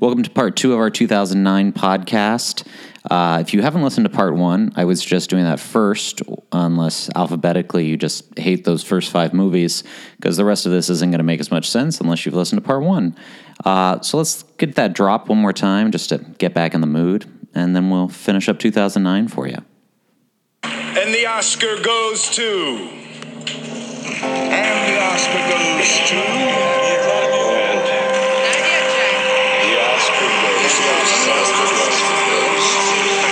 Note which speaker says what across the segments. Speaker 1: Welcome to part two of our 2009 podcast. Uh, if you haven't listened to part one, I was just doing that first, unless alphabetically you just hate those first five movies, because the rest of this isn't going to make as much sense unless you've listened to part one. Uh, so let's get that drop one more time just to get back in the mood, and then we'll finish up 2009 for you.
Speaker 2: And the Oscar goes to.
Speaker 3: And the Oscar goes to. And the Oscar goes to. The Oscar goes to.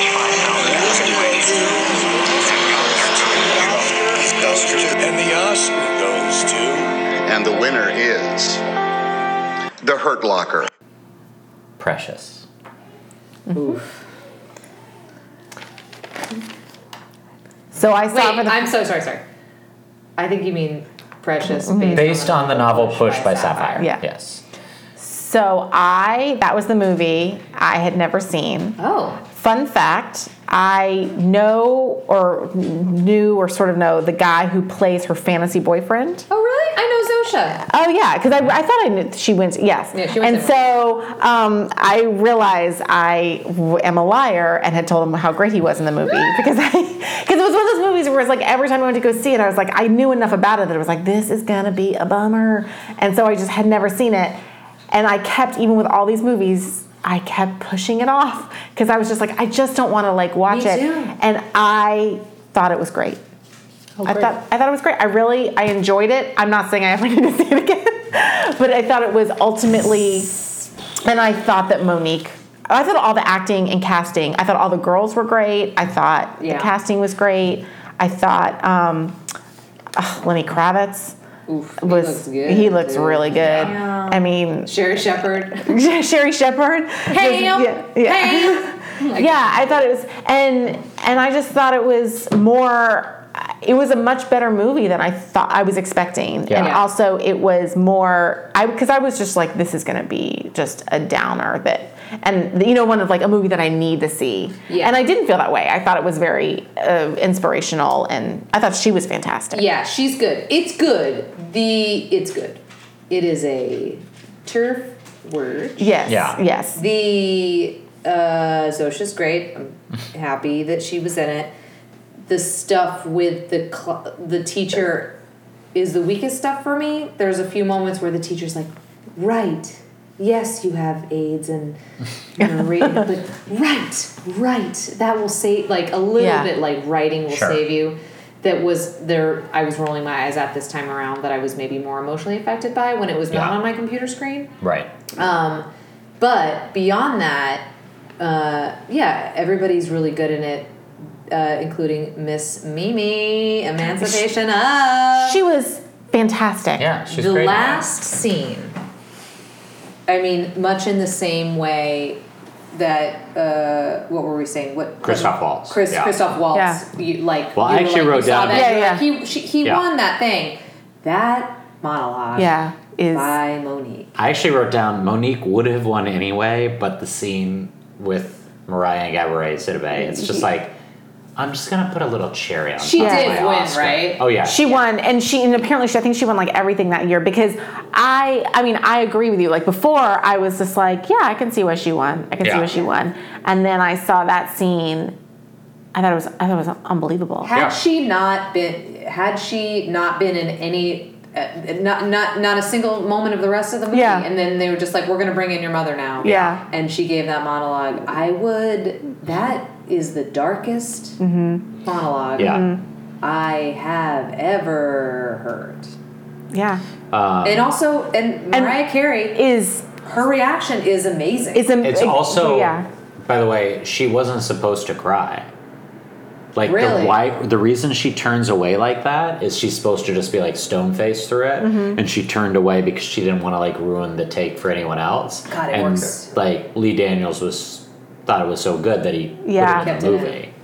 Speaker 3: And the Oscar goes to.
Speaker 4: And the winner is The Hurt Locker.
Speaker 1: Precious.
Speaker 5: So I saw
Speaker 6: Wait,
Speaker 5: for the
Speaker 6: I'm so sorry, sorry. I think you mean Precious based,
Speaker 7: Based on the novel Push by Sapphire.
Speaker 5: Yeah.
Speaker 7: Yes.
Speaker 5: so I that was the movie I had never seen.
Speaker 6: Oh,
Speaker 5: Fun fact, I know or knew or sort of know the guy who plays her fantasy boyfriend.
Speaker 6: oh really? I know Zosha.
Speaker 5: Oh yeah, because I, I thought I knew she went. Yes.
Speaker 6: Yeah, she went
Speaker 5: and
Speaker 6: there.
Speaker 5: so um, I realized I w- am a liar and had told him how great he was in the movie because I because it was one of those movies where it's like every time I went to go see it, I was like I knew enough about it that it was like this is gonna be a bummer, and so I just had never seen it, and I kept even with all these movies. I kept pushing it off because I was just like, I just don't want to like watch
Speaker 6: Me
Speaker 5: it,
Speaker 6: too.
Speaker 5: and I thought it was great.
Speaker 6: Oh,
Speaker 5: I thought I thought it was great. I really I enjoyed it. I'm not saying I ever need to see it again, but I thought it was ultimately, and I thought that Monique. I thought all the acting and casting. I thought all the girls were great. I thought
Speaker 6: Yeah.
Speaker 5: the casting was great. I thought um, ugh, Lenny Kravitz
Speaker 6: Oof, he
Speaker 5: was
Speaker 6: looks good.
Speaker 5: he looks
Speaker 6: dude.
Speaker 5: really good. I mean,
Speaker 6: Sherry Shepherd.
Speaker 5: Sherry Shepard.
Speaker 6: Pam.
Speaker 5: yeah, yeah. Yeah, I thought it was, and and I just thought it was more. It was a much better movie than I thought I was expecting, and
Speaker 7: Yeah.
Speaker 5: also it was more. I because I was just like, this is going to be just a downer that, and you know, one of like a movie that I need to see.
Speaker 6: Yeah.
Speaker 5: And I didn't feel that way. I thought it was very uh, inspirational, and I thought she was fantastic.
Speaker 6: Yeah, she's good. It's good. The it's good. It is a turf word.
Speaker 5: Yes.
Speaker 7: Yeah.
Speaker 5: Yes.
Speaker 6: The uh, Zosha's great. I'm happy that she was in it. The stuff with the cl- the teacher is the weakest stuff for me. There's a few moments where the teacher's like, "Right, yes, you have AIDS and you're raped, but right, right, that will save like a little
Speaker 5: Yeah.
Speaker 6: bit like writing will
Speaker 7: Sure.
Speaker 6: save you." That was there. I was rolling my eyes at this time around. That I was maybe more emotionally affected by when it was not
Speaker 7: Yeah.
Speaker 6: on my computer screen.
Speaker 7: Right.
Speaker 6: Um, but beyond that, uh, yeah, everybody's really good in it, uh, including Miss Mimi, Emancipation of.
Speaker 5: she was fantastic.
Speaker 7: Yeah, she's
Speaker 6: the
Speaker 7: great. in that.
Speaker 6: last scene. I mean, much in the same way that uh, what were we saying? What
Speaker 7: Christoph Waltz,
Speaker 6: Chris
Speaker 7: yeah.
Speaker 6: Christoph Waltz.
Speaker 5: Yeah.
Speaker 6: You, like
Speaker 7: Well, I
Speaker 6: you were
Speaker 7: actually
Speaker 6: like, you
Speaker 7: wrote
Speaker 6: saw
Speaker 7: down-
Speaker 6: that,
Speaker 5: Yeah,
Speaker 6: you were like,
Speaker 5: yeah.
Speaker 6: He she, he
Speaker 7: Yeah.
Speaker 6: won that thing. That monologue.
Speaker 5: Yeah. Is
Speaker 6: By Monique.
Speaker 7: I actually wrote down Monique would have won anyway, but the scene with Mariah and Gabrielle Sidibe, it's just like, I'm just going to put a little cherry on
Speaker 6: She
Speaker 7: top of
Speaker 6: did
Speaker 7: my
Speaker 6: win,
Speaker 7: Oscar.
Speaker 6: right?
Speaker 7: Oh, yeah.
Speaker 5: She won, and she and apparently she, I think she won like everything that year because I I mean I agree with you. Like before, I was just like, yeah, I can see why she won. I can see
Speaker 7: Yeah.
Speaker 5: why she won. And then I saw that scene. I thought it was I thought it was unbelievable.
Speaker 6: Had
Speaker 7: Yeah.
Speaker 6: she not been, had she not been in any, uh, not not not a single moment of the rest of the movie,
Speaker 5: Yeah.
Speaker 6: and then they were just like, "We're going to bring in your mother now."
Speaker 5: Yeah.
Speaker 6: and she gave that monologue. I would. That is the darkest
Speaker 5: Mm-hmm.
Speaker 6: monologue
Speaker 7: Yeah.
Speaker 6: I have ever heard.
Speaker 5: Yeah,
Speaker 7: Um,
Speaker 6: and also, and Mariah Carey,
Speaker 5: is
Speaker 6: her reaction is amazing.
Speaker 5: is a,
Speaker 7: It's
Speaker 5: it-
Speaker 7: also,
Speaker 5: yeah
Speaker 7: by the way, she wasn't supposed to cry. Like
Speaker 6: Really?
Speaker 7: the why the reason she turns away like that is she's supposed to just be like stone faced through it,
Speaker 6: Mm-hmm.
Speaker 7: and she turned away because she didn't want to like ruin the take for anyone else.
Speaker 6: God, it
Speaker 7: and
Speaker 6: works.
Speaker 7: like Lee Daniels was thought it was so good that he
Speaker 5: Yeah.
Speaker 7: put it in
Speaker 6: Kept
Speaker 7: the
Speaker 6: it in.
Speaker 7: movie.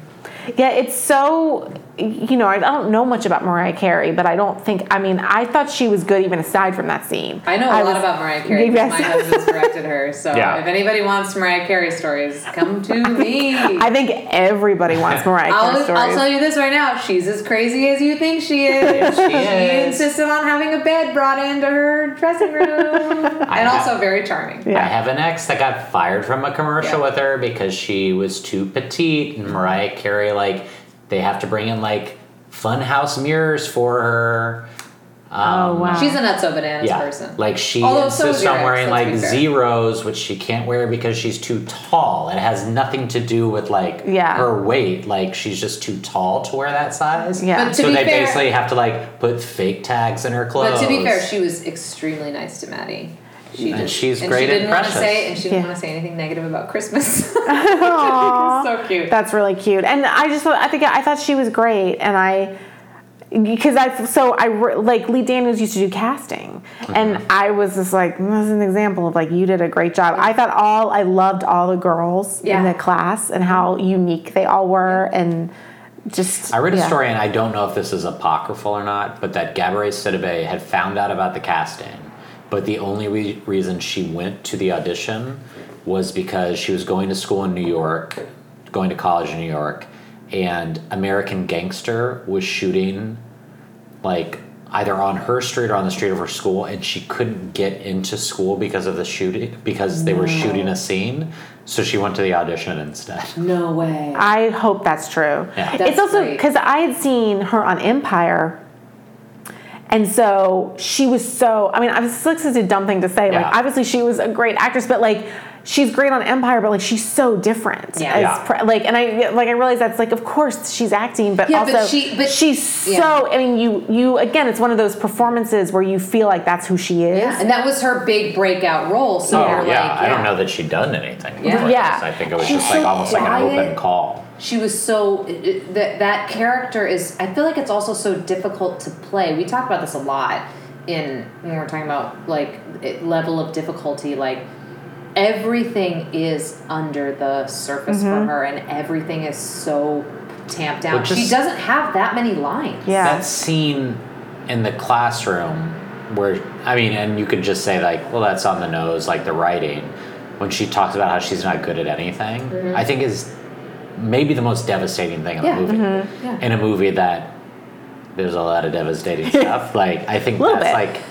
Speaker 5: yeah it's so you know, I I don't know much about Mariah Carey, but I don't think. I mean, I thought she was good even aside from that scene.
Speaker 6: I know
Speaker 5: a
Speaker 6: a lot about Mariah Carey. 'cause
Speaker 5: Yes.
Speaker 6: My husband's directed her. So
Speaker 7: Yeah.
Speaker 6: if anybody wants Mariah Carey stories, come to me.
Speaker 5: I think everybody wants Mariah Carey
Speaker 6: I'll,
Speaker 5: stories.
Speaker 6: I'll tell you this right now. She's as crazy as you think she is.
Speaker 7: She is.
Speaker 6: insisted on having a bed brought into her dressing room. and
Speaker 7: have-
Speaker 6: also very charming.
Speaker 5: Yeah.
Speaker 7: I have an ex that got fired from a commercial
Speaker 6: Yeah. Mm-hmm.
Speaker 7: with her because she was too petite, and Mariah Carey like they have to bring in like funhouse mirrors for her. Um,
Speaker 5: oh wow.
Speaker 6: She's a nutso bananas
Speaker 7: Yeah,
Speaker 6: Oh, person.
Speaker 7: like she
Speaker 6: Although so
Speaker 7: insists
Speaker 6: is your
Speaker 7: on
Speaker 6: ex,
Speaker 7: wearing
Speaker 6: let's
Speaker 7: like
Speaker 6: be fair.
Speaker 7: zeros, which she can't wear because she's too tall. It has nothing to do with like
Speaker 5: Yeah.
Speaker 7: her weight. Like she's just too tall to wear that size.
Speaker 5: Yeah.
Speaker 6: But to
Speaker 7: so
Speaker 6: be
Speaker 7: they
Speaker 6: fair-
Speaker 7: basically have to like put fake tags in her clothes.
Speaker 6: But to be fair, she was extremely nice to Maddie. She
Speaker 7: And
Speaker 6: did-
Speaker 7: she's
Speaker 6: and
Speaker 7: great
Speaker 6: she
Speaker 7: and
Speaker 6: didn't want to
Speaker 7: precious.
Speaker 6: say, and she didn't
Speaker 5: Yeah.
Speaker 6: want to say anything negative about Christmas.
Speaker 5: Aw.
Speaker 6: so cute.
Speaker 5: That's really cute. And I just, thought- I think, I thought she was great. And I, because I, so I, re- like, Lee Daniels used to do casting. And I was just like, "Mm, that's an example of like, you did a great job. I thought all, I loved all the girls in
Speaker 6: Yeah.
Speaker 5: the class and how unique they all were. And just,
Speaker 7: I read a
Speaker 5: yeah.
Speaker 7: story, and I don't know if this is apocryphal or not, but that Gabrielle Sidibe had found out about the casting, but the only re- reason she went to the audition was because she was going to school in New York, going to college in New York, and American Gangster was shooting like either on her street or on the street of her school and she couldn't get into school because of the shooting because they were shooting a scene so she went to the audition instead
Speaker 6: No way.
Speaker 5: I hope that's true.
Speaker 7: Yeah.
Speaker 5: it's
Speaker 6: That's
Speaker 5: also
Speaker 6: great.
Speaker 5: because I had seen her on Empire. And so she was so. I mean, I was like, this is a dumb thing to say.
Speaker 7: Yeah.
Speaker 5: Like, obviously, she was a great actress, but like, she's great on Empire, but like, she's so different.
Speaker 6: Yeah.
Speaker 5: as
Speaker 7: Yeah.
Speaker 5: pre- like, and I like, I realize that's like, of course, she's acting, but
Speaker 6: Yeah, but
Speaker 5: also
Speaker 6: she- but-
Speaker 5: she's
Speaker 6: yeah.
Speaker 5: so. I mean, you you again, it's one of those performances where you feel like that's who she is.
Speaker 6: Yeah, and that was her big breakout role. So
Speaker 7: Oh
Speaker 6: we're
Speaker 7: yeah,
Speaker 6: like,
Speaker 7: I don't know that she'd done anything.
Speaker 6: Yeah.
Speaker 7: before
Speaker 5: Yeah.
Speaker 7: this. I think it was
Speaker 6: She's
Speaker 7: just like
Speaker 6: so
Speaker 7: almost like an open
Speaker 6: quiet.
Speaker 7: call.
Speaker 6: She was so it- it- that that character is. I feel like it's also so difficult to play. We talk about this a lot in when we're talking about like it, level of difficulty. Like everything is under the surface for her, and everything is so tamped down.
Speaker 7: Well, just-
Speaker 6: she doesn't have that many lines.
Speaker 5: Yeah.
Speaker 7: That scene in the classroom where I mean, and you could just say like, well, that's on the nose, like the writing. When she talks about how she's not good at anything, I think is maybe the most devastating thing in
Speaker 6: Yeah.
Speaker 7: the movie.
Speaker 6: Yeah.
Speaker 7: In a movie that there's a lot of devastating stuff. Like I think
Speaker 5: Little
Speaker 7: that's
Speaker 5: bit.
Speaker 7: like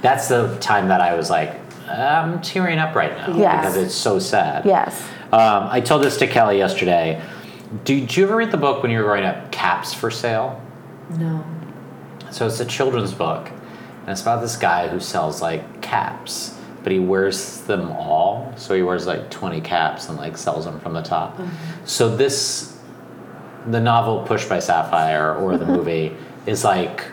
Speaker 7: that's the time that I was like, I'm tearing up right now
Speaker 5: Yes.
Speaker 7: because it's so sad.
Speaker 5: Yes.
Speaker 7: Um, I told this to Kelly yesterday. Did you ever read the book when you were growing up, Caps for Sale?
Speaker 6: No.
Speaker 7: So it's a children's book, and it's about this guy who sells like caps, but he wears them all. So he wears like 20 caps and like sells them from the top. So this, the novel Push by Sapphire or the movie is like,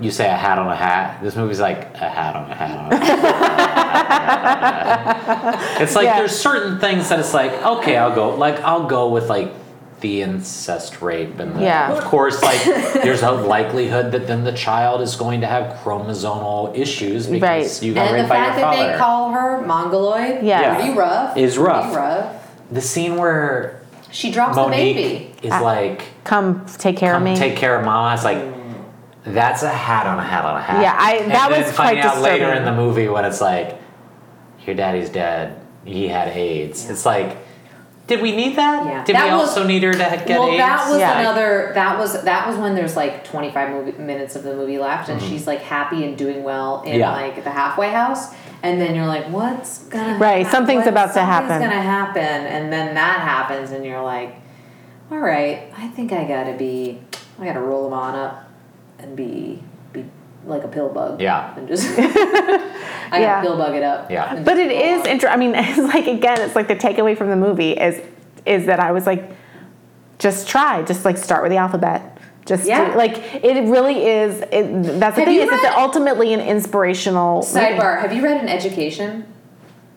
Speaker 7: you say a hat on a hat. This movie's like a hat on a hat on a hat. on a hat, on a hat. It's like
Speaker 5: Yeah.
Speaker 7: there's certain things that it's like okay, I'll go like I'll go with like the incest rape and the,
Speaker 5: Yeah.
Speaker 7: of course like there's a likelihood that then the child is going to have chromosomal issues because
Speaker 5: Right.
Speaker 7: you got
Speaker 6: And the
Speaker 7: raped by your
Speaker 6: fact that
Speaker 7: father.
Speaker 6: they call her mongoloid,
Speaker 5: Yeah.
Speaker 6: pretty rough.
Speaker 7: Is rough.
Speaker 6: pretty rough.
Speaker 7: the scene where
Speaker 6: She drops
Speaker 7: Monique
Speaker 6: the baby.
Speaker 7: is like,
Speaker 5: Come take care
Speaker 7: "Come
Speaker 5: of Ah. me.
Speaker 7: take care of mama," it's like. That's a hat on a hat on a hat.
Speaker 5: Yeah, I-
Speaker 7: And
Speaker 5: that
Speaker 7: then
Speaker 5: was
Speaker 7: finding
Speaker 5: quite
Speaker 7: out later
Speaker 5: disturbing.
Speaker 7: in the movie when it's like, your daddy's dead. He had AIDS. It's like, did we need that?
Speaker 6: Yeah.
Speaker 7: Did
Speaker 6: That
Speaker 7: we
Speaker 6: was-
Speaker 7: also need her to get
Speaker 6: well,
Speaker 7: AIDS?
Speaker 6: that was
Speaker 5: Yeah.
Speaker 6: another. That was that was when there's like 25 movie, minutes of the movie left,
Speaker 5: Mm-hmm.
Speaker 6: and she's like happy and doing well in
Speaker 7: Yeah.
Speaker 6: like the halfway house, and then you're like, what's gonna
Speaker 5: Right,
Speaker 6: hap-
Speaker 5: something's
Speaker 6: what-
Speaker 5: about to happen.
Speaker 6: Something's gonna happen, and then that happens, and you're like, all right, I think I gotta be, I gotta roll them on up, and be be like a pill bug.
Speaker 7: Yeah.
Speaker 6: and just I gotta
Speaker 5: Yeah.
Speaker 6: pill bug it up.
Speaker 7: Yeah.
Speaker 6: and
Speaker 5: But
Speaker 6: just
Speaker 5: it
Speaker 6: roll
Speaker 5: is
Speaker 6: on.
Speaker 5: interesting. I mean, it's like again, it's like the takeaway from the movie is is that I was like, just try, just like start with the alphabet. Just
Speaker 6: Yeah.
Speaker 5: do, like it really is. It, that's the
Speaker 6: Have
Speaker 5: thing
Speaker 6: you
Speaker 5: is it's
Speaker 6: read-
Speaker 5: ultimately an inspirational movie.
Speaker 6: Sidebar: Have you read an education?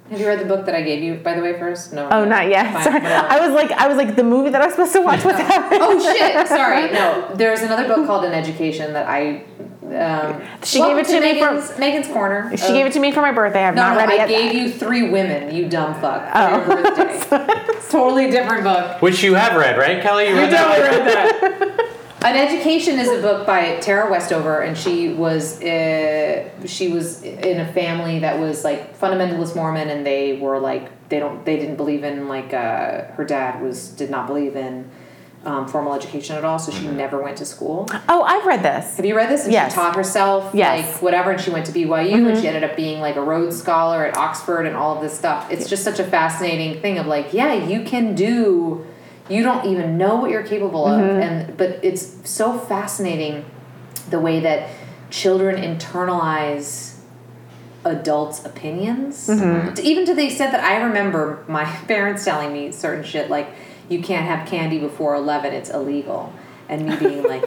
Speaker 6: Have you read the book that I gave you, by the way, first? No.
Speaker 5: Oh, not yet.
Speaker 6: Fine,
Speaker 5: Sorry,
Speaker 6: whatever.
Speaker 5: I was like, I was like, the movie that I was supposed to watch was that.
Speaker 6: oh shit! Sorry. No, there's another book called An Education that I. Um,
Speaker 5: She gave
Speaker 6: Welcome
Speaker 5: it to me for-
Speaker 6: Megan's, Megan's corner.
Speaker 5: She gave it to me for my birthday. I've
Speaker 6: No,
Speaker 5: not
Speaker 6: no,
Speaker 5: read
Speaker 6: I
Speaker 5: it yet. Oh.
Speaker 6: gave you three women. You dumb fuck. For your birthday. totally different book.
Speaker 7: Which you have read, right, Kelly? You read that?
Speaker 5: read that.
Speaker 6: Uh, An Education is a book by Tara Westover, and she was uh, she was in a family that was like fundamentalist Mormon, and they were like they don't they didn't believe in like uh, her dad was did not believe in um, formal education at all, so she
Speaker 5: Mm-hmm.
Speaker 6: never went to school.
Speaker 5: Oh, I've read this.
Speaker 6: Have you read this? And
Speaker 5: Yes.
Speaker 6: She taught herself,
Speaker 5: Yes. Mm-hmm.
Speaker 6: like whatever, and she went to BYU, and she ended up being like a Rhodes Scholar at Oxford, and all of this stuff. It's just such a fascinating thing of like, yeah, you can do. You don't even know what you're capable of,
Speaker 5: Mm-hmm.
Speaker 6: and but it's so fascinating the way that children internalize adults' opinions.
Speaker 5: Mm-hmm.
Speaker 6: To- Even to the extent that I remember my parents telling me certain shit like, you can't have candy before 11, it's illegal. And me being like,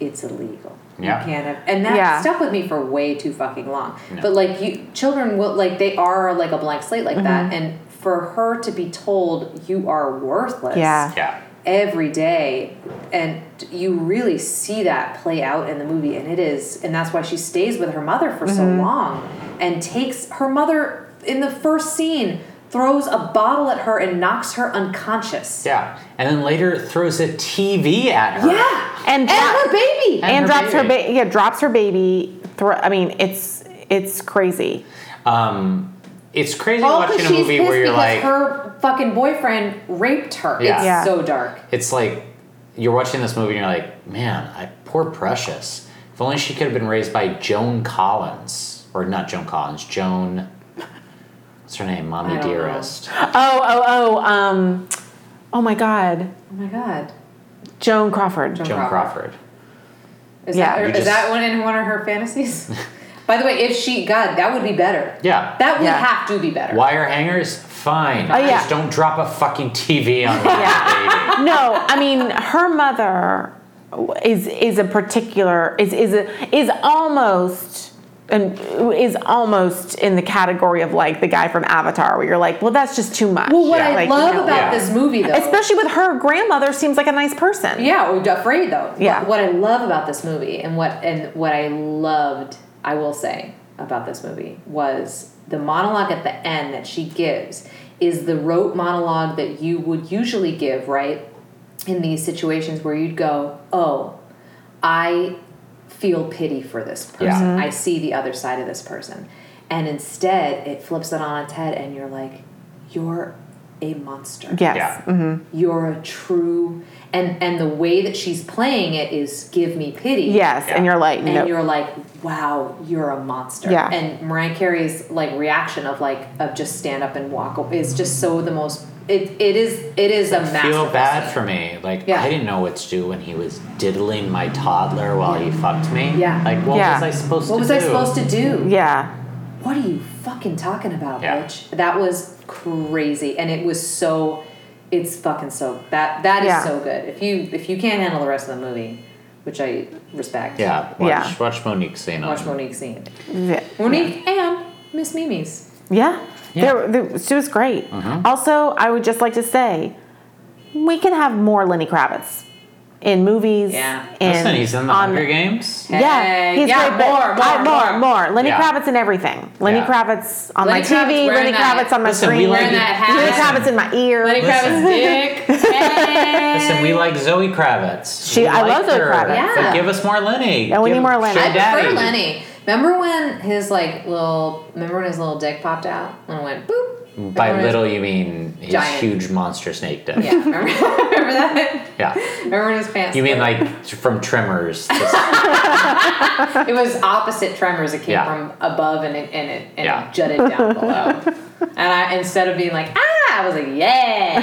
Speaker 6: it's illegal.
Speaker 7: Yeah.
Speaker 6: You can't have, and that
Speaker 5: Yeah.
Speaker 6: stuck with me for way too fucking long. But like, you children will like they are like a blank slate like
Speaker 5: Mm-hmm.
Speaker 6: that, and for her to be told you are worthless,
Speaker 5: Yeah.
Speaker 7: Yeah.
Speaker 6: every day and you really see that play out in the movie and it is and that's why she stays with her mother for so long and takes her mother in the first scene throws a bottle at her and knocks her unconscious
Speaker 7: Yeah. And then later throws a TV at her.
Speaker 6: yeah
Speaker 5: And
Speaker 6: and
Speaker 5: that-
Speaker 6: her baby
Speaker 5: And,
Speaker 7: her
Speaker 5: drops her
Speaker 7: baby.
Speaker 5: baby. Yeah, drops her baby. Thro- I mean, it's it's crazy.
Speaker 7: Um, it's crazy
Speaker 6: all
Speaker 7: watching
Speaker 6: because
Speaker 7: a
Speaker 6: she's
Speaker 7: movie
Speaker 6: pissed
Speaker 7: where you're
Speaker 6: because
Speaker 7: like,
Speaker 6: her fucking boyfriend raped her
Speaker 7: Yeah.
Speaker 6: it's
Speaker 5: Yeah.
Speaker 6: so dark
Speaker 7: it's like you're watching this movie and you're like, man, I, poor Precious. If only she could have been raised by Joan Collins, or not Joan Collins, Joan. What's her name?
Speaker 6: I
Speaker 7: Mommy
Speaker 6: don't know.
Speaker 7: Dearest.
Speaker 5: Oh, oh, oh. Um, oh my God,
Speaker 6: oh my god
Speaker 5: Joan Crawford.
Speaker 6: Joan-
Speaker 7: Joan Crawford.
Speaker 6: is,
Speaker 5: Yeah.
Speaker 6: that,
Speaker 5: You
Speaker 6: is
Speaker 7: just-
Speaker 6: that one in one of her fantasies by the way if she god that would be better
Speaker 7: Yeah.
Speaker 6: that would
Speaker 5: Yeah.
Speaker 6: have to be better
Speaker 7: Wire hangers, fine.
Speaker 6: Oh,
Speaker 5: yeah.
Speaker 7: Just don't drop a fucking TV on me,
Speaker 5: Yeah. No, I mean her mother is is a particular is is a, is almost and is almost in the category of like the guy from Avatar, where you're like, well, that's just too much.
Speaker 6: Well, what
Speaker 7: Yeah.
Speaker 6: I
Speaker 5: Like,
Speaker 6: love
Speaker 5: no.
Speaker 6: about
Speaker 7: Yeah.
Speaker 6: this movie, though,
Speaker 5: Especially with her grandmother, seems like a nice person.
Speaker 6: yeah, we're afraid though. What-
Speaker 5: Yeah.
Speaker 6: What, I love about this movie, and what and what I loved, I will say about this movie was the monologue at the end that she gives is the rote monologue that you would usually give, right? In these situations where you'd go, "Oh, I feel pity for this person.
Speaker 7: Yeah.
Speaker 5: Mm-hmm.
Speaker 7: Mhm.
Speaker 6: I see the other side of this person." And instead, it flips it on its head, and you're like, "You're a monster."
Speaker 5: Yes.
Speaker 7: Yeah.
Speaker 5: Mm-hmm.
Speaker 6: you're a true and and the way that she's playing it is give me pity
Speaker 5: Yes, and you're like,
Speaker 6: and
Speaker 5: no.
Speaker 6: you're like wow you're a monster
Speaker 5: Yeah.
Speaker 6: and mariah carey's like reaction of like of just stand up and walk away is just so the most it, it is it is a masterful
Speaker 7: feel bad
Speaker 6: scene.
Speaker 7: for me. Like
Speaker 6: Yeah.
Speaker 7: I didn't know what to do when he was diddling my toddler while he fucked me.
Speaker 6: Yeah.
Speaker 7: Like what
Speaker 5: Yeah.
Speaker 7: was I supposed
Speaker 6: what
Speaker 7: to
Speaker 6: was
Speaker 7: do?
Speaker 6: i supposed to do
Speaker 5: yeah.
Speaker 6: what are you fucking talking about,
Speaker 7: Yeah.
Speaker 6: bitch? That was crazy, and it was so. It's fucking so that that is
Speaker 5: Yeah.
Speaker 6: so good. If you if you can't handle the rest of the movie, which I respect.
Speaker 7: Yeah. Watch,
Speaker 5: Yeah.
Speaker 7: watch Monique Zane.
Speaker 6: Watch Monique scene.
Speaker 5: Yeah.
Speaker 6: Monique and Miss Mimi's.
Speaker 5: Yeah.
Speaker 7: Yeah. Uh-huh.
Speaker 5: There- there- she was great. Also, I would just like to say, we can have more Lenny Kravitz in movies.
Speaker 6: Yeah.
Speaker 5: in-
Speaker 7: Listen, he's in the
Speaker 5: on-
Speaker 7: Hunger Games.
Speaker 5: Yeah,
Speaker 6: Hey,
Speaker 5: he's
Speaker 6: yeah,
Speaker 5: great, but-
Speaker 6: more, more,
Speaker 5: I- more,
Speaker 6: more.
Speaker 5: more. Lenny
Speaker 7: Yeah.
Speaker 5: Kravitz in everything. Lenny
Speaker 7: Yeah.
Speaker 5: Kravitz on
Speaker 6: Lenny
Speaker 5: my
Speaker 6: Kravitz
Speaker 5: TV.
Speaker 6: wearing
Speaker 5: Lenny
Speaker 6: that-
Speaker 5: Kravitz on my
Speaker 7: Listen, we
Speaker 5: screen.
Speaker 7: like-
Speaker 6: Wearing that
Speaker 5: Lenny
Speaker 6: hat.
Speaker 5: Kravitz in my ear.
Speaker 6: Lenny
Speaker 7: Listen.
Speaker 6: Kravitz dick. Hey.
Speaker 7: Listen, we like Zoe Kravitz.
Speaker 5: She-
Speaker 7: We
Speaker 5: I love
Speaker 7: like
Speaker 5: Zoe
Speaker 7: her,
Speaker 5: Kravitz.
Speaker 7: But
Speaker 6: Yeah.
Speaker 7: give us more Lenny.
Speaker 5: Yeah, we
Speaker 7: Give-
Speaker 5: need more Lenny.
Speaker 7: show
Speaker 5: I
Speaker 6: I prefer
Speaker 7: Daddy.
Speaker 6: Lenny. Remember when his like little remember when his little dick popped out when it went boop?
Speaker 7: By
Speaker 6: Remember
Speaker 7: little, you mean his
Speaker 6: Giant.
Speaker 7: huge monster snake dick.
Speaker 6: when his- Yeah, remember, remember that?
Speaker 7: Yeah.
Speaker 6: Remember when his pants?
Speaker 7: You mean
Speaker 6: split?
Speaker 7: like from Tremors? this-
Speaker 6: It was opposite tremors. It came
Speaker 7: Yeah.
Speaker 6: from above and it and it, and
Speaker 7: Yeah.
Speaker 6: it jutted down below. and I instead of being like ah, I was like yeah.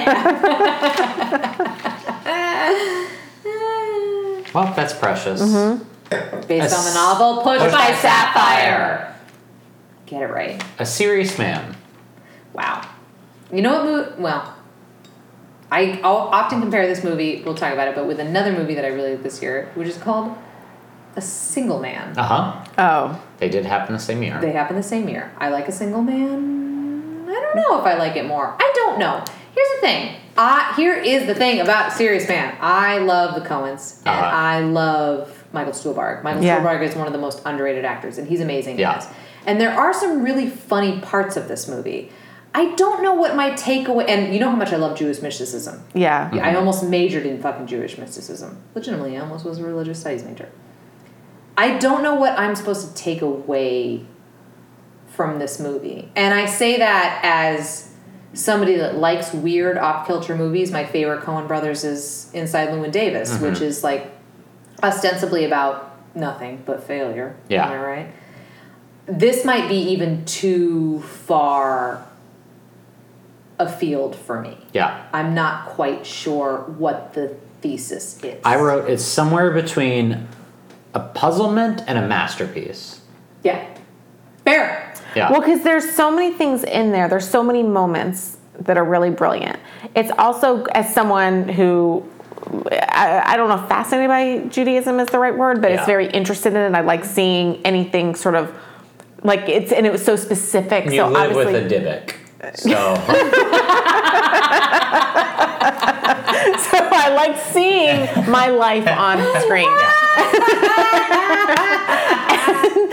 Speaker 7: well, that's precious.
Speaker 5: Mm-hmm.
Speaker 6: Based on the novel Push, by, Sapphire. Get it right.
Speaker 7: A serious man.
Speaker 6: Wow. You know what movie? Well, I I'll often compare this movie. We'll talk about it, but with another movie that I really like this year, which is called A Single Man.
Speaker 7: Uh huh.
Speaker 5: Oh,
Speaker 7: They did happen the same year.
Speaker 6: They happen the same year. I like a single man. I don't know if I like it more. I don't know. Here's the thing. I here is the thing about Serious Man. I love the Coens and
Speaker 7: Uh-huh.
Speaker 6: I love Michael Stuhlbarg. Michael
Speaker 5: Yeah.
Speaker 6: Stuhlbarg is one of the most underrated actors, and he's amazing. in
Speaker 7: Yeah.
Speaker 6: this. And there are some really funny parts of this movie. I don't know what my takeaway. And you know how much I love Jewish mysticism.
Speaker 5: Yeah.
Speaker 6: Yeah, I almost majored in fucking Jewish mysticism. Legitimately, I almost was a religious studies major. I don't know what I'm supposed to take away from this movie. And I say that as somebody that likes weird off kilter movies. My favorite Coen Brothers is Inside Llewyn Davis, which is like ostensibly about nothing but failure.
Speaker 7: Yeah.
Speaker 6: Am I right? This might be even too far afield for me.
Speaker 7: Yeah.
Speaker 6: I'm not quite sure what the thesis is.
Speaker 7: I wrote it's somewhere between a puzzlement and a masterpiece.
Speaker 6: Yeah. Fair.
Speaker 7: Yeah.
Speaker 5: Well, because there's so many things in there. There's so many moments that are really brilliant. It's also as someone who I, I don't know, if fascinated by Judaism is the right word, but
Speaker 7: Yeah.
Speaker 5: it's very interested in it. I like seeing anything sort of like it's and it was so specific.
Speaker 7: you
Speaker 5: so
Speaker 7: live
Speaker 5: obviously,
Speaker 7: with a Dybbuk. So
Speaker 5: so I like seeing my life on screen.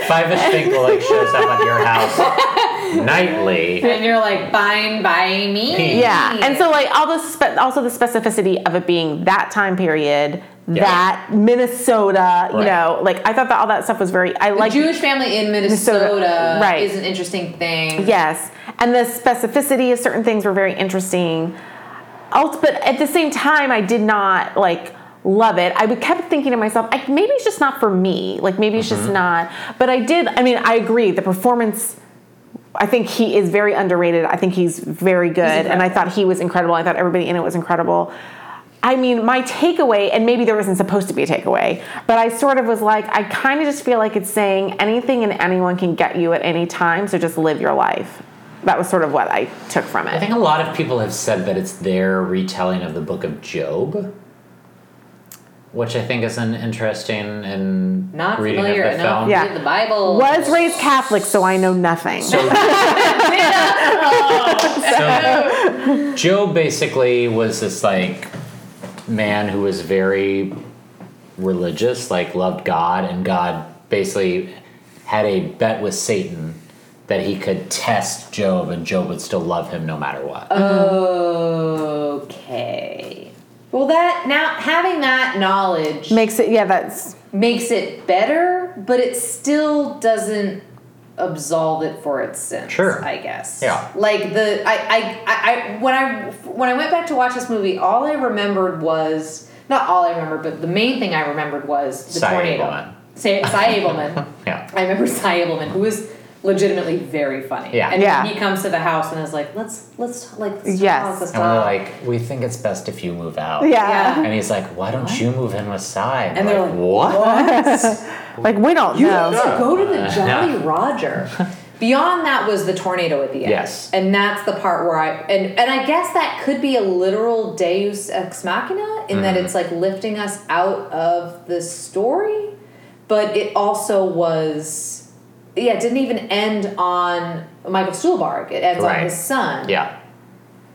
Speaker 7: Five of Sphinx like shows up at your house nightly.
Speaker 6: And you're like, fine by me.
Speaker 5: Yeah, and so like all the spe- also the specificity of it being that time period,
Speaker 7: Yeah.
Speaker 5: that Minnesota, you
Speaker 7: Right.
Speaker 5: know, like I thought that all that stuff was very. I
Speaker 6: The
Speaker 5: like
Speaker 6: Jewish family in Minnesota,
Speaker 5: Minnesota, right.
Speaker 6: is an interesting thing.
Speaker 5: Yes, and the specificity of certain things were very interesting. Ult- But at the same time, I did not like love it. I would- kept thinking to myself, like maybe it's just not for me. Like maybe it's just not. But I did. I mean, I agree. The performance. I think he is very underrated. I think he's very good, and I thought he was incredible. I thought everybody in it was incredible. I mean, my takeaway, and maybe there wasn't supposed to be a takeaway, but I sort of was like, I kind of just feel like it's saying anything and anyone can get you at any time, so just live your life. That was sort of what I took from
Speaker 7: I
Speaker 5: it.
Speaker 7: think a lot of people have said that it's their retelling of the Book of Job, which I think is an interesting and
Speaker 6: Not
Speaker 7: reading
Speaker 6: familiar
Speaker 7: of the
Speaker 6: enough
Speaker 7: film.
Speaker 5: Yeah.
Speaker 6: with the Bible.
Speaker 5: Was raised Catholic, so I know nothing.
Speaker 7: So Job basically was this like man who was very religious, like loved God, and God basically had a bet with Satan that he could test Job and Job would still love him no matter what.
Speaker 6: Uh, Okay. Well, that now having that knowledge
Speaker 5: Makes it, yeah, that's
Speaker 6: makes it better, but it still doesn't absolve it for its sins.
Speaker 7: Sure.
Speaker 6: I guess.
Speaker 7: Yeah.
Speaker 6: Like the I I, I I when I when I went back to watch this movie, all I remembered was not all I remembered, but the main thing I remembered was the
Speaker 7: Cy
Speaker 6: tornado.
Speaker 7: Abelman.
Speaker 6: Say Cy Abelman.
Speaker 7: Yeah.
Speaker 6: I remember Cy Abelman, who was legitimately very funny.
Speaker 7: Yeah.
Speaker 6: And
Speaker 5: Yeah.
Speaker 6: he comes to the house and is like, let's let's like let's
Speaker 5: Yes.
Speaker 6: talk, let's
Speaker 7: And we're
Speaker 6: talk.
Speaker 7: like, we think it's best if you move out.
Speaker 5: yeah.
Speaker 7: And he's like, why don't you move in with Cy?
Speaker 6: And
Speaker 7: we're
Speaker 6: they're like,
Speaker 7: what?
Speaker 5: Like we don't know.
Speaker 6: need to go to the Jolly
Speaker 7: Uh, Yeah.
Speaker 6: Roger. Beyond that was the tornado at the end.
Speaker 7: Yes.
Speaker 6: And that's the part where I and and I guess that could be a literal deus ex machina in
Speaker 7: Mm-hmm.
Speaker 6: that it's like lifting us out of the story, but it also was yeah, it didn't even end on Michael Stuhlbarg. It ends
Speaker 7: Right.
Speaker 6: on his son.
Speaker 7: Yeah.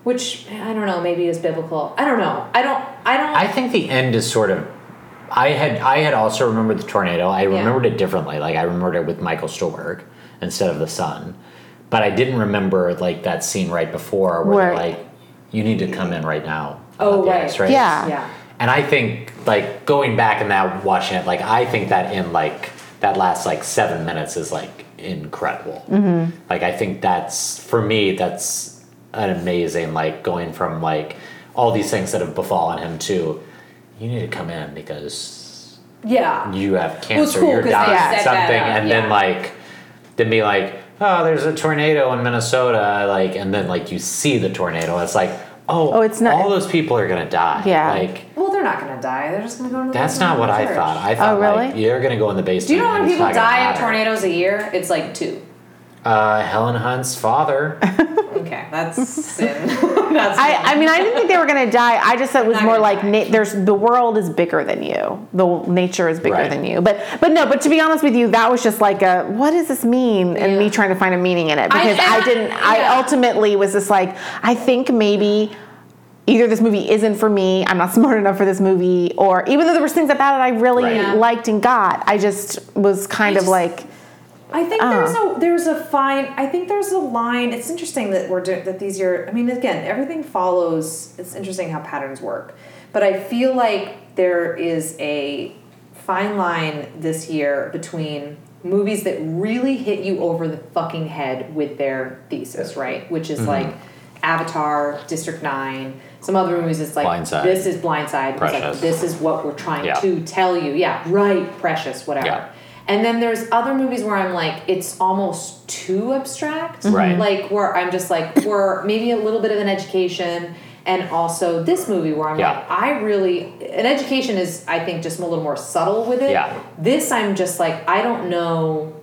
Speaker 6: Which I don't know, maybe is biblical. I don't know. I don't I don't
Speaker 7: I think the end is sort of. I had I had also remembered the tornado. I remembered it differently. Like I remembered it with Michael Stolberg instead of the sun, but I didn't remember like that scene right before where, they're
Speaker 5: Where-
Speaker 7: like, "You need to come in right now."
Speaker 6: Oh,
Speaker 7: about the
Speaker 6: right.
Speaker 7: ice, right.
Speaker 5: Yeah.
Speaker 6: yeah.
Speaker 7: And I think like going back and now watching it, like I think that in like that last like seven minutes is like incredible.
Speaker 6: Mm-hmm.
Speaker 7: Like I think that's for me that's an amazing like going from like all these things that have befallen him to you need to come in because
Speaker 6: Yeah.
Speaker 7: you have
Speaker 6: it's
Speaker 7: cancer,
Speaker 6: cool
Speaker 7: you're
Speaker 6: 'cause they
Speaker 7: dying
Speaker 6: set that
Speaker 7: something,
Speaker 6: up,
Speaker 7: and then
Speaker 6: yeah.
Speaker 7: like then be like oh there's a tornado in Minnesota like and then like you see the tornado it's like oh
Speaker 5: Oh, it's not-
Speaker 7: all those people are gonna die
Speaker 5: Yeah.
Speaker 7: like.
Speaker 6: Well, they're not gonna die. They're just gonna go to the
Speaker 7: That's
Speaker 6: basement
Speaker 7: not
Speaker 6: of
Speaker 7: what
Speaker 6: the
Speaker 7: I
Speaker 6: church.
Speaker 7: thought. I thought like
Speaker 5: really?
Speaker 7: you're gonna go in the basement.
Speaker 6: Oh, Do you know how
Speaker 7: and
Speaker 6: many
Speaker 7: it's
Speaker 6: people
Speaker 7: not gonna
Speaker 6: die of
Speaker 7: matter.
Speaker 6: tornadoes a year? It's like two.
Speaker 7: Uh, Helen Hunt's father.
Speaker 6: Okay, that's sin. that's
Speaker 5: I, I mean, I didn't think they were going to die. I just thought it was
Speaker 6: Not
Speaker 5: more
Speaker 6: gonna
Speaker 5: like
Speaker 6: die.
Speaker 5: na- there's the world is bigger than you. The nature is bigger
Speaker 7: Right.
Speaker 5: than you. But but no. But to be honest with you, that was just like a what does this mean? And
Speaker 6: Yeah.
Speaker 5: me trying to find a meaning in it
Speaker 6: I-
Speaker 5: because
Speaker 6: and
Speaker 5: I,
Speaker 6: I-
Speaker 5: didn't.
Speaker 6: yeah.
Speaker 5: I ultimately was just like I think maybe either this movie isn't for me. I'm not smart enough for this movie, or even though there were things about it I really
Speaker 7: Right.
Speaker 6: Yeah.
Speaker 5: liked and got, I just was kind
Speaker 6: You
Speaker 5: of
Speaker 6: just-
Speaker 5: like
Speaker 6: I think
Speaker 5: Ah.
Speaker 6: there's a there's a fine. I think there's a line. It's interesting that we're doing that. These are. I mean, again, everything follows. It's interesting how patterns work, but I feel like there is a fine line this year between movies that really hit you over the fucking head with their thesis, right? Which
Speaker 7: Mm-hmm.
Speaker 6: is like Avatar, District Nine, some other movies. It's like
Speaker 7: Blindside.
Speaker 6: this is Blindside. It's like,
Speaker 7: Precious.
Speaker 6: this is what we're trying
Speaker 7: Yeah.
Speaker 6: to tell you. Yeah, right, precious, whatever.
Speaker 7: Yeah.
Speaker 6: And then there's other movies where I'm like, it's almost too abstract.
Speaker 7: Mm-hmm. Right.
Speaker 6: Like where I'm just like, we're maybe a little bit of an education. And also this movie where I'm
Speaker 7: Yeah.
Speaker 6: like, I really an education is I think just a little more subtle with it.
Speaker 7: Yeah.
Speaker 6: This I'm just like, I don't know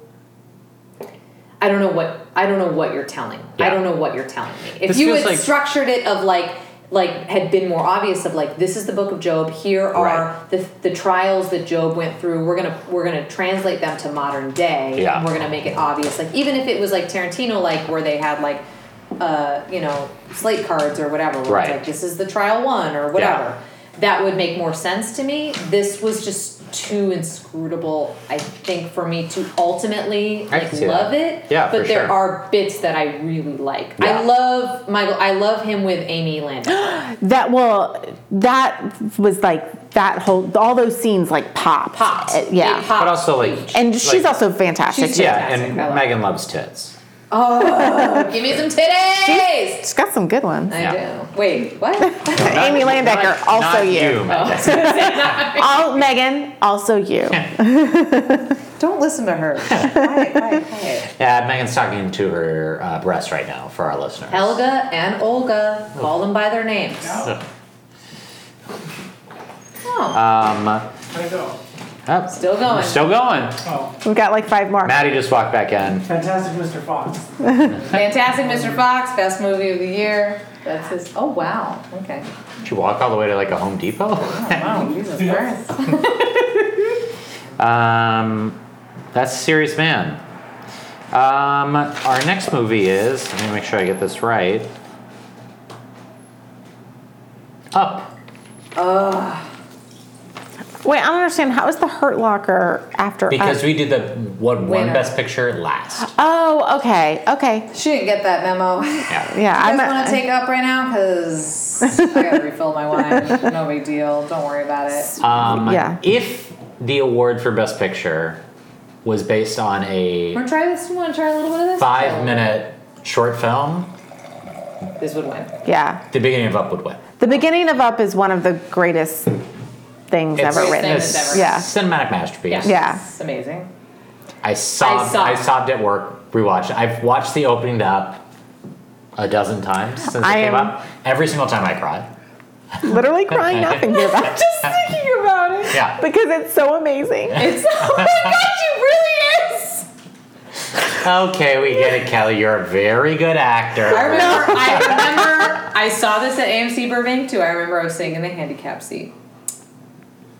Speaker 6: I don't know what I don't know what you're telling. I
Speaker 7: Yeah.
Speaker 6: don't know what you're telling me. If
Speaker 7: This
Speaker 6: you
Speaker 7: feels
Speaker 6: had
Speaker 7: like-
Speaker 6: structured it of like like had been more obvious of like this is the book of Job. Here are
Speaker 7: Right.
Speaker 6: the, the trials that Job went through. We're gonna we're gonna translate them to modern day.
Speaker 7: Yeah.
Speaker 6: And we're gonna make it obvious. Like even if it was like Tarantino, like where they had like uh you know slate cards or whatever. Where
Speaker 7: Right.
Speaker 6: It's like this is the trial one or whatever. That would make more sense to me. This was just too inscrutable, I think, for me to ultimately
Speaker 7: I
Speaker 6: like
Speaker 7: can see
Speaker 6: love
Speaker 7: that.
Speaker 6: it.
Speaker 7: Yeah,
Speaker 6: but
Speaker 7: for
Speaker 6: there
Speaker 7: sure.
Speaker 6: are bits that I really like.
Speaker 7: Yeah.
Speaker 6: I love Michael. I love him with Amy Landau.
Speaker 5: That well, that was like that whole all those scenes like popped.
Speaker 6: Popped.
Speaker 5: Uh, yeah,
Speaker 6: It popped.
Speaker 7: But also like,
Speaker 5: and she's
Speaker 7: like-
Speaker 5: also fantastic.
Speaker 6: She's-
Speaker 5: too.
Speaker 7: yeah,
Speaker 6: fantastic.
Speaker 7: and
Speaker 6: I love
Speaker 7: Megan loves tits.
Speaker 6: Oh, Give me some titties.
Speaker 5: she's got some good ones.
Speaker 6: I
Speaker 7: Yeah.
Speaker 6: do. Wait, what?
Speaker 5: Amy Landecker,
Speaker 7: Not-
Speaker 5: also
Speaker 7: not
Speaker 5: you.
Speaker 6: Oh.
Speaker 7: Megan.
Speaker 5: All Megan, also you.
Speaker 6: Don't listen to her. quiet, quiet, quiet.
Speaker 7: Yeah, Megan's talking to her uh, breast right now for our listeners.
Speaker 6: Helga and Olga. Call them by their names. Oh,
Speaker 7: Um, oh,
Speaker 6: still going.
Speaker 7: still going.
Speaker 5: We've got like five more.
Speaker 7: Maddie just walked back in.
Speaker 8: Fantastic Mr. Fox.
Speaker 6: Fantastic Mr. Fox, best movie of the year. That's his. Oh wow. Okay.
Speaker 7: Did you walk all the way to like a Home Depot?
Speaker 6: Wow. Jesus Christ.
Speaker 7: Um, that's Serious Man. Um, our next movie is, let me make sure I get this right. Up.
Speaker 5: Wait, I don't understand. How is the Hurt Locker after?
Speaker 7: Because
Speaker 5: I-
Speaker 7: we did the what one
Speaker 6: Winner.
Speaker 7: best picture last.
Speaker 5: oh, okay, okay,
Speaker 6: She didn't get that memo. You
Speaker 7: Yeah.
Speaker 5: yeah.
Speaker 6: guys
Speaker 5: I'm-
Speaker 6: want to take up right now? Because I gotta refill my wine. No big deal. Don't worry about it.
Speaker 7: Um,
Speaker 5: uh, Yeah.
Speaker 7: If the award for best picture was based on a
Speaker 6: Wanna try this? Wanna try a little bit of this?
Speaker 7: five minute short film,
Speaker 6: This would win.
Speaker 5: yeah.
Speaker 7: the beginning of Up would win.
Speaker 5: The beginning of Up is one of the greatest things
Speaker 7: It's
Speaker 5: ever
Speaker 6: Greatest
Speaker 5: written.
Speaker 6: thing
Speaker 7: It's
Speaker 6: that's ever-
Speaker 5: Yeah.
Speaker 7: Cinematic masterpiece.
Speaker 5: Yeah.
Speaker 6: It's amazing.
Speaker 7: I sobbed. I sobbed.
Speaker 6: sobbed.
Speaker 7: at work. Rewatched. it. I've watched the opening to Up a dozen times since
Speaker 5: I
Speaker 7: it came
Speaker 5: am-
Speaker 7: up. Every single time I cried.
Speaker 5: Literally crying now thinking about it. Just thinking about it.
Speaker 7: Yeah.
Speaker 5: Because it's so amazing.
Speaker 6: It's oh my god, she really is.
Speaker 7: Okay, we get it, Kelly. You're a very good
Speaker 6: I
Speaker 7: actor.
Speaker 6: remember. I remember. I saw this at AMC Burbank too. I remember I was sitting in the handicap seat.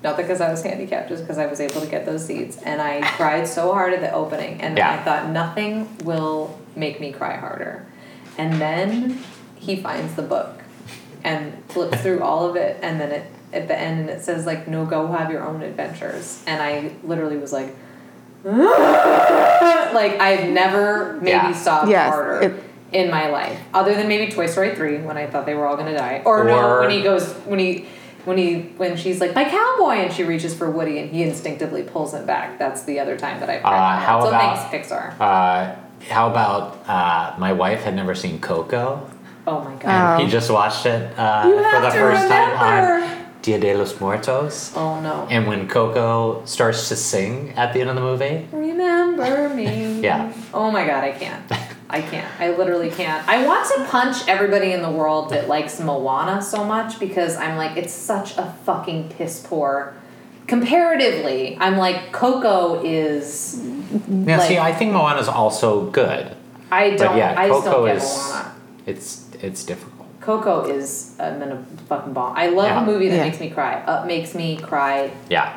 Speaker 6: Not because I was handicapped, just because I was able to get those seats, and I cried so hard at the opening, and
Speaker 7: Yeah.
Speaker 6: I thought nothing will make me cry harder. And then he finds the book and flips through all of it, and then it at the end and it says like, "No, go have your own adventures," and I literally was like. like I've never maybe
Speaker 7: Yeah.
Speaker 6: sobbed
Speaker 5: Yes,
Speaker 6: harder
Speaker 5: it-
Speaker 6: in my life, other than maybe Toy Story three when I thought they were all gonna die, or,
Speaker 7: Or-
Speaker 6: no, when he goes when he when he when she's like my cowboy and she reaches for Woody and he instinctively pulls it back. That's the other time that I've
Speaker 7: Uh,
Speaker 6: cried.
Speaker 7: how
Speaker 6: so
Speaker 7: about-
Speaker 6: thanks Pixar.
Speaker 7: Uh, how about uh, my wife had never seen Coco?
Speaker 6: oh my god.
Speaker 7: He just watched it uh,
Speaker 6: You
Speaker 7: for
Speaker 6: have
Speaker 7: the
Speaker 6: to
Speaker 7: first time
Speaker 6: remember.
Speaker 7: on Dia de los Muertos.
Speaker 6: oh no.
Speaker 7: And when Coco starts to sing at the end of the movie,
Speaker 6: Remember me.
Speaker 7: Yeah.
Speaker 6: Oh my god, I can't. I can't. I literally can't. I want to punch everybody in the world that likes Moana so much because I'm like, it's such a fucking piss poor. Comparatively, I'm like, Coco is.
Speaker 7: now see, I
Speaker 6: Like-
Speaker 7: think Moana's also good,
Speaker 6: I don't.
Speaker 7: but yeah,
Speaker 6: I just
Speaker 7: Coco
Speaker 6: don't get
Speaker 7: is
Speaker 6: Moana.
Speaker 7: it's it's difficult.
Speaker 6: Coco is a minute fucking bomb. I love
Speaker 7: Yeah.
Speaker 6: a movie that
Speaker 5: Yeah.
Speaker 6: makes me cry. Up makes me cry
Speaker 7: Yeah,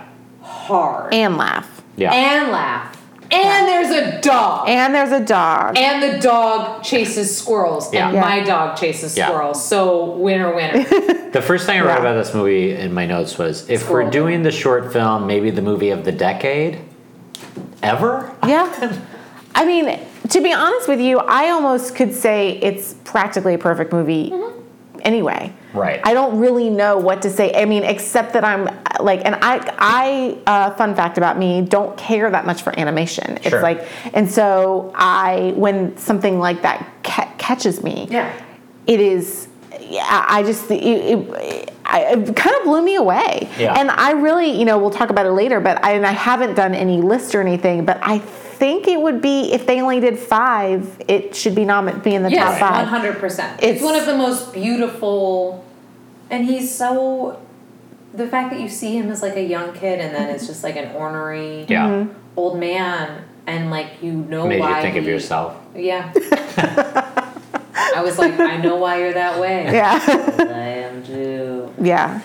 Speaker 6: hard
Speaker 5: And laugh.
Speaker 7: yeah.
Speaker 6: And laugh. And there's a dog.
Speaker 5: And there's a dog.
Speaker 6: And the dog chases squirrels,
Speaker 7: Yeah.
Speaker 6: and
Speaker 7: Yeah.
Speaker 6: my dog chases
Speaker 7: Yeah.
Speaker 6: squirrels. So winner, winner.
Speaker 7: The first thing I wrote
Speaker 5: Yeah.
Speaker 7: about this movie in my notes was if
Speaker 6: Squirrel.
Speaker 7: we're doing the short film, maybe the movie of the decade ever?
Speaker 5: yeah. I mean, to be honest with you, I almost could say it's practically a perfect movie anyway.
Speaker 7: Mm-hmm. Right.
Speaker 5: I don't really know what to say. I mean, except that I'm uh, like, and I, I, uh, fun fact about me, don't care that much for animation.
Speaker 7: Sure.
Speaker 5: It's like, and so I, when something like that ca- catches me,
Speaker 9: Yeah.
Speaker 5: it is. Yeah, I just it, it, I, it kind of blew me away,
Speaker 7: Yeah.
Speaker 5: and I really, you know, we'll talk about it later. But I, and I haven't done any list or anything, but I think it would be if they only did five, it should be nom- be in the
Speaker 9: Yes,
Speaker 5: top
Speaker 9: one
Speaker 5: five.
Speaker 9: hundred percent.
Speaker 5: It's-
Speaker 9: It's one of the most beautiful, and he's so. The fact that you see him as like a young kid and then it's just like an ornery
Speaker 7: Yeah.
Speaker 6: Mm-hmm.
Speaker 9: old man, and like you know
Speaker 7: Made
Speaker 9: why
Speaker 7: you think of
Speaker 9: he-
Speaker 7: yourself.
Speaker 9: Yeah. I was like, I know why you're that way.
Speaker 5: Yeah,
Speaker 9: I am too.
Speaker 5: yeah.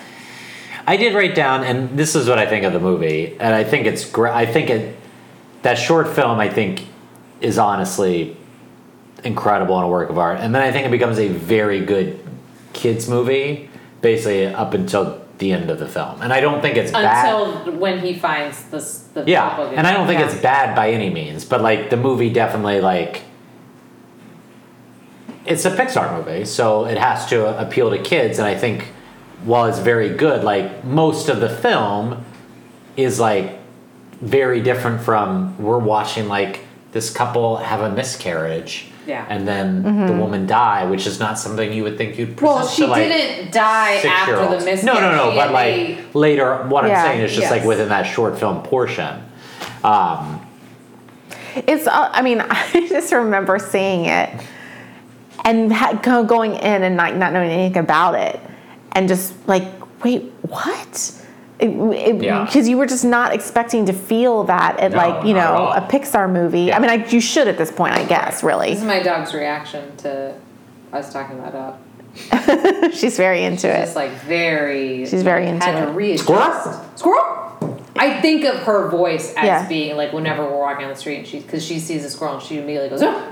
Speaker 7: I did write down, and this is what I think of the movie, and I think it's great. I think it that short film, I think, is honestly incredible and a work of art. And then I think it becomes a very good kids movie, basically up until the end of the film. And I don't think it's bad.
Speaker 9: Until when he finds this. The
Speaker 7: Yeah,
Speaker 9: book again.
Speaker 7: and I don't think
Speaker 5: Yeah.
Speaker 7: it's bad by any means, but like the movie definitely like it's a Pixar movie, so it has to appeal to kids, and I think while it's very good, like most of the film is like very different from we're watching like this couple have a miscarriage.
Speaker 9: Yeah.
Speaker 7: And then the woman die, which is not something you would think you'd present
Speaker 9: Well, she
Speaker 7: to, like,
Speaker 9: didn't die after the
Speaker 7: six-year-olds.
Speaker 9: miscarriage.
Speaker 7: No, no, no.
Speaker 9: She
Speaker 7: But
Speaker 9: had
Speaker 7: like
Speaker 9: a-
Speaker 7: later, what
Speaker 5: Yeah.
Speaker 7: I'm saying is just like
Speaker 9: Yes.
Speaker 7: within that short film portion.
Speaker 5: It's. Uh, I mean, I just remember seeing it and ha- go- going in and not, not knowing anything about it, and just like, wait, what? Because
Speaker 7: Yeah.
Speaker 5: you were just not expecting to feel that at
Speaker 7: No,
Speaker 5: like you
Speaker 7: not at
Speaker 5: know
Speaker 7: all.
Speaker 5: a Pixar movie. I
Speaker 7: Yeah.
Speaker 5: mean, I, you should at this point, I guess.
Speaker 6: This
Speaker 5: Really,
Speaker 6: is my dog's reaction to us talking about dog.
Speaker 5: she's very into
Speaker 6: It's
Speaker 5: it.
Speaker 6: like very.
Speaker 5: She's very into
Speaker 6: had
Speaker 5: it.
Speaker 6: to readjust.
Speaker 7: Squirrel?
Speaker 6: Squirrel. I think of her voice as
Speaker 5: Yeah.
Speaker 6: being like whenever we're walking on the street, and she because she sees a squirrel, and she immediately goes, "Oh!"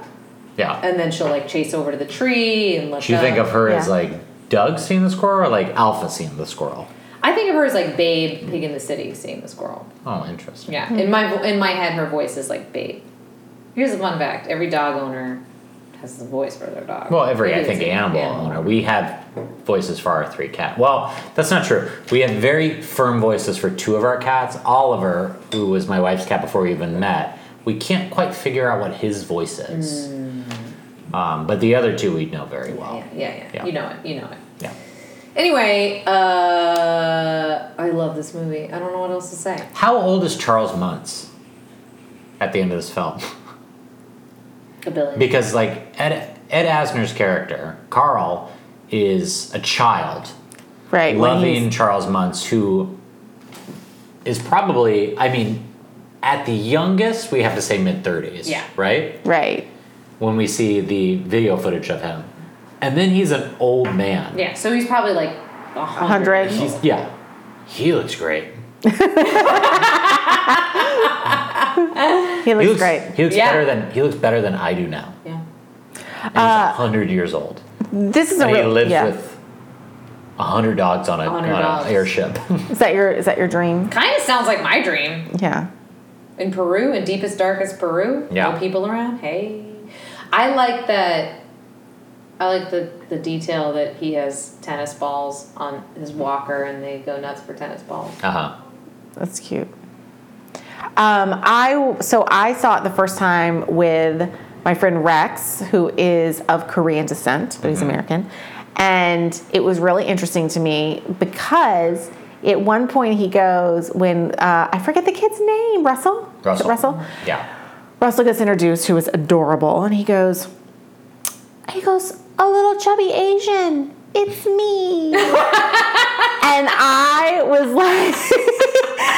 Speaker 7: Yeah.
Speaker 6: and uh, then she'll like chase over to the tree and let.
Speaker 7: Do you
Speaker 6: them-
Speaker 7: think of her as
Speaker 5: Yeah.
Speaker 7: like Doug seeing the squirrel or like Alpha seeing the squirrel?
Speaker 6: I think of her as like Babe, Pig in the City, seeing the squirrel.
Speaker 7: Oh, interesting.
Speaker 6: Yeah, in my in my head, her voice is like Babe. Here's a fun fact: every dog owner has the voice for their dog.
Speaker 7: Well, every I
Speaker 6: Maybe
Speaker 7: think
Speaker 6: it's an
Speaker 7: animal owner, we have voices for our three cats. Well, that's not true. We have very firm voices for two of our cats. Oliver, who was my wife's cat before we even met, we can't quite figure out what his voice is. Um, but the other two we know very well.
Speaker 6: Mm. Yeah, yeah, yeah,
Speaker 7: Yeah.
Speaker 6: You know it. You know it.
Speaker 7: Yeah.
Speaker 6: Anyway, uh, I love this movie. I don't know what else to say.
Speaker 7: How old is Charles Muntz at the end of this film?
Speaker 6: A billion.
Speaker 7: Because like Ed Ed Asner's character Carl is a child
Speaker 5: Right. when
Speaker 7: loving
Speaker 5: he's-
Speaker 7: Charles Muntz, who is probably, I mean, at the youngest, we have to say mid 30s.
Speaker 6: Yeah.
Speaker 7: Right?
Speaker 5: Right.
Speaker 7: When we see the video footage of him. And then he's an old man.
Speaker 6: yeah, so he's probably like a hundred.
Speaker 5: 100.
Speaker 7: He's, yeah. He looks great.
Speaker 5: He looks,
Speaker 7: he looks
Speaker 5: great.
Speaker 7: He looks
Speaker 6: Yeah.
Speaker 7: better than he looks better than I do now.
Speaker 6: Yeah.
Speaker 7: And he's hundred years old.
Speaker 5: This is a
Speaker 7: And he
Speaker 5: real.
Speaker 7: lives
Speaker 5: yeah.
Speaker 7: with hundred dogs on a
Speaker 6: 100
Speaker 7: on
Speaker 6: dogs.
Speaker 7: an airship.
Speaker 5: Is that your is that your dream?
Speaker 6: Kind of sounds like my dream
Speaker 5: Yeah.
Speaker 6: in Peru, in deepest darkest Peru.
Speaker 7: Yeah.
Speaker 6: No people around. Hey, I like that. I like the the detail that he has tennis balls on his walker, and they go nuts for tennis balls.
Speaker 7: uh huh.
Speaker 5: That's cute. Um, I so I saw it the first time with my friend Rex, who is of Korean descent, but he's American, and it was really interesting to me because at one point he goes when uh, I forget the kid's name, Russell. Is it
Speaker 7: Russell.
Speaker 5: Russell.
Speaker 7: Yeah.
Speaker 5: Russell gets introduced, who is adorable, and he goes, he goes, a little chubby Asian, it's me. and I was like,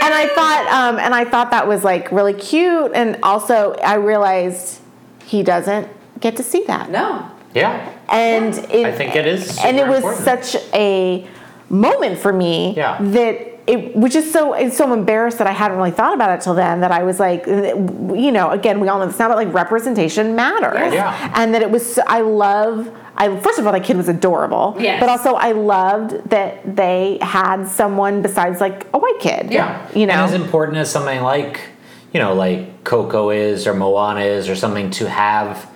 Speaker 5: and I thought, um, and I thought that was like really cute, and also I realized he doesn't get to see that,
Speaker 6: No,
Speaker 7: Yeah.
Speaker 5: and it,
Speaker 7: I think it is
Speaker 5: and it
Speaker 7: super
Speaker 5: was
Speaker 7: important.
Speaker 5: such a moment for me
Speaker 7: Yeah.
Speaker 5: that it which is so it's so embarrassed that I hadn't really thought about it till then that I was like you know again we all know this now but like representation matters
Speaker 7: Yeah.
Speaker 5: and that it was so, I love I first of all that kid was adorable
Speaker 6: Yes.
Speaker 5: but also I loved that they had someone besides like a white kid
Speaker 7: Yeah.
Speaker 5: you
Speaker 7: And
Speaker 5: know
Speaker 7: as important as something like, you know, like Coco is or Moana is or something to have,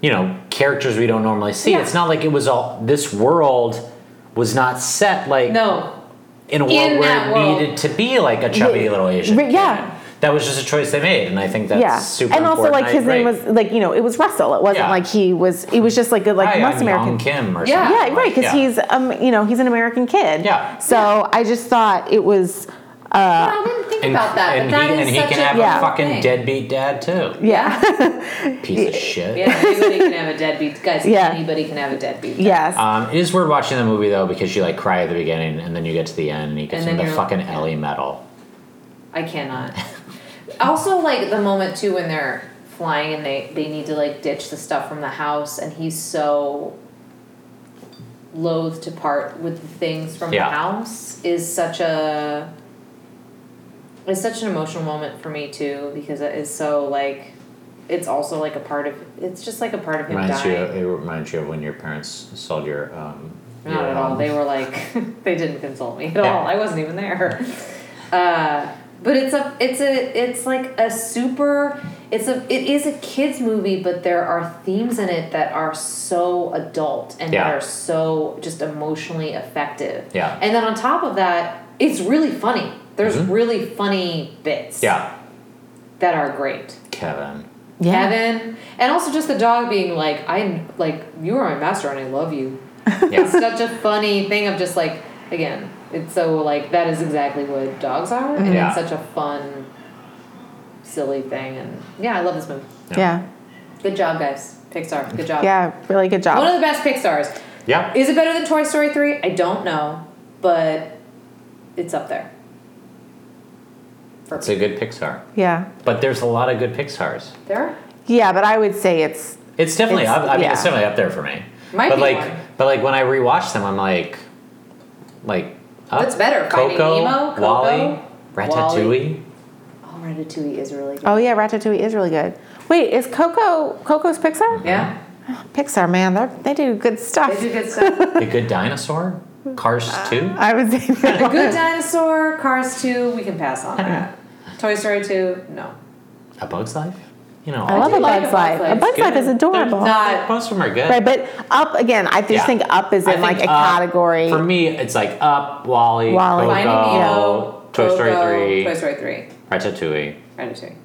Speaker 7: you know, characters we don't normally see.
Speaker 6: Yeah.
Speaker 7: It's not like it was all this world was not set like
Speaker 6: No.
Speaker 7: in a world
Speaker 6: In
Speaker 7: where
Speaker 6: that
Speaker 7: it
Speaker 6: world.
Speaker 7: needed to be like a chubby
Speaker 5: Re-
Speaker 7: little Asian.
Speaker 5: re- yeah.
Speaker 7: kid. That was just a choice they made, and I think that's
Speaker 5: yeah,
Speaker 7: super
Speaker 5: and also
Speaker 7: important.
Speaker 5: like
Speaker 7: I
Speaker 5: his name
Speaker 7: agree.
Speaker 5: was like you know it was Russell. It wasn't
Speaker 7: Yeah.
Speaker 5: like he was. It was just like a like
Speaker 7: Hi,
Speaker 5: most
Speaker 7: I'm Young
Speaker 5: American.
Speaker 7: Kim or
Speaker 6: Yeah.
Speaker 7: something.
Speaker 5: Yeah, right. Because
Speaker 7: Yeah.
Speaker 5: he's um you know he's an American kid.
Speaker 7: Yeah.
Speaker 5: So I just thought it was
Speaker 6: I didn't think about that,
Speaker 7: and
Speaker 6: but that
Speaker 7: he,
Speaker 6: is
Speaker 7: and he
Speaker 6: such
Speaker 7: can
Speaker 6: a
Speaker 7: have
Speaker 5: Yeah.
Speaker 7: a fucking
Speaker 6: thing.
Speaker 7: deadbeat dad too.
Speaker 5: yeah
Speaker 7: Piece of shit.
Speaker 6: Yeah, anybody can have a deadbeat. Guys,
Speaker 5: Yeah.
Speaker 6: anybody can have a deadbeat.
Speaker 5: yes
Speaker 7: Um, it is weird watching the movie though because you like cry at the beginning and then you get to the end and you get
Speaker 6: And
Speaker 7: some
Speaker 6: then
Speaker 7: of the
Speaker 6: you're-
Speaker 7: fucking Ellie medal.
Speaker 6: I cannot. also, like the moment too when they're flying and they they need to like ditch the stuff from the house, and he's so loath to part with the things from
Speaker 7: Yeah.
Speaker 6: the house is such a it's such an emotional moment for me too because it is so like it's also like a part of it's just like a part of him
Speaker 7: Reminds you,
Speaker 6: dying.
Speaker 7: it reminds you of when your parents sold your. Um,
Speaker 6: Not
Speaker 7: your
Speaker 6: at all.
Speaker 7: home.
Speaker 6: They were like, they didn't consult me at
Speaker 7: Yeah.
Speaker 6: all. I wasn't even there. Uh, but it's a, it's a, it's like a super. It's a, it is a kids movie, but there are themes in it that are so adult and
Speaker 7: Yeah.
Speaker 6: that are so just emotionally effective.
Speaker 7: Yeah. Mm-hmm.
Speaker 6: And then on top of that, it's really funny. There's really funny bits.
Speaker 7: Yeah,
Speaker 6: That are great.
Speaker 7: Kevin.
Speaker 5: yeah
Speaker 6: Kevin, and also just the dog being like, I like you are my master and I love you. It's
Speaker 7: Yeah,
Speaker 6: such a funny thing of just like again, it's so like that is exactly what dogs are, and
Speaker 7: Yeah.
Speaker 6: it's such a fun, silly thing. And yeah, I love this movie.
Speaker 5: yeah
Speaker 6: Good job, guys. Pixar, good job.
Speaker 5: yeah really good job
Speaker 6: One of the best Pixars.
Speaker 7: yeah.
Speaker 6: Is it better than Toy Story three? I don't know, but it's up there.
Speaker 7: It's a good Pixar,
Speaker 5: yeah
Speaker 7: but there's a lot of good Pixars.
Speaker 6: There.
Speaker 5: yeah but I would say it's
Speaker 7: It's definitely
Speaker 5: It's-
Speaker 7: up. I mean,
Speaker 5: yeah.
Speaker 7: it's definitely up there for me.
Speaker 6: Might
Speaker 7: but
Speaker 6: be
Speaker 7: like,
Speaker 6: one.
Speaker 7: but like when I rewatch them, I'm like, like up.
Speaker 6: What's better, Finding
Speaker 7: Coco,
Speaker 6: Nemo, Coco,
Speaker 7: Wally,
Speaker 6: Wally?
Speaker 7: Ratatouille.
Speaker 6: Oh, Ratatouille is really good.
Speaker 5: oh yeah Ratatouille is really good. Wait, is Coco Coco's Pixar?
Speaker 6: Yeah,
Speaker 5: Pixar man, they they do good
Speaker 6: they
Speaker 5: stuff.
Speaker 6: do good stuff.
Speaker 7: The Good Dinosaur, Cars Two.
Speaker 5: I would say
Speaker 6: good Dinosaur, Cars two, we can pass on that. Toy Story two, no.
Speaker 7: A Bug's Life. You know,
Speaker 5: I
Speaker 7: all
Speaker 5: love
Speaker 6: do
Speaker 5: a
Speaker 6: like
Speaker 5: Bug's
Speaker 6: A Bug's
Speaker 5: Life. A
Speaker 6: Life.
Speaker 5: Bug's
Speaker 7: Good.
Speaker 5: Life is adorable.
Speaker 7: They're
Speaker 6: Not-
Speaker 7: Most of them are good.
Speaker 5: Right, but up again. I just
Speaker 7: Yeah.
Speaker 5: think up is
Speaker 7: I
Speaker 5: in like a
Speaker 7: think Up,
Speaker 5: category.
Speaker 7: For me, it's like Up, Wally,
Speaker 5: Wally.
Speaker 7: Coco,
Speaker 6: Finding Nemo,
Speaker 7: Toy Story
Speaker 6: Coco,
Speaker 7: Three,
Speaker 6: Toy Story three,
Speaker 7: Ratatouille.
Speaker 6: Ratatouille.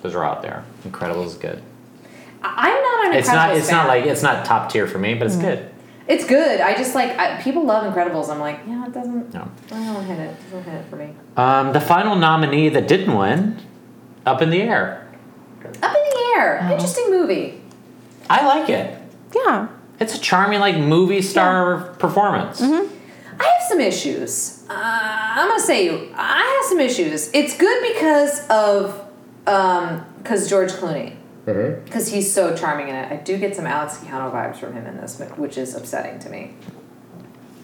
Speaker 7: Those are out there. Incredibles is good.
Speaker 6: I- I'm not an
Speaker 7: It's not.
Speaker 6: Incredibles
Speaker 7: It's not
Speaker 6: fan.
Speaker 7: like it's not top tier for me, but
Speaker 5: Mm.
Speaker 7: it's good.
Speaker 6: it's good. I just like I, people love Incredibles. I'm like, yeah, it doesn't.
Speaker 7: No.
Speaker 6: I don't hit it. Doesn't hit it for me.
Speaker 7: Um, the final nominee that didn't win, Up in the Air.
Speaker 6: Up in the air. Interesting movie.
Speaker 7: I like it.
Speaker 5: yeah,
Speaker 7: It's a charming, like movie star performance.
Speaker 5: Mm-hmm.
Speaker 6: I have some issues. Uh, I'm gonna say you. I have some issues. It's good because of um because George Clooney.
Speaker 7: Mm-hmm.
Speaker 6: Because he's so charming in it, I do get some Alex Keanu vibes from him in this, which is upsetting to me.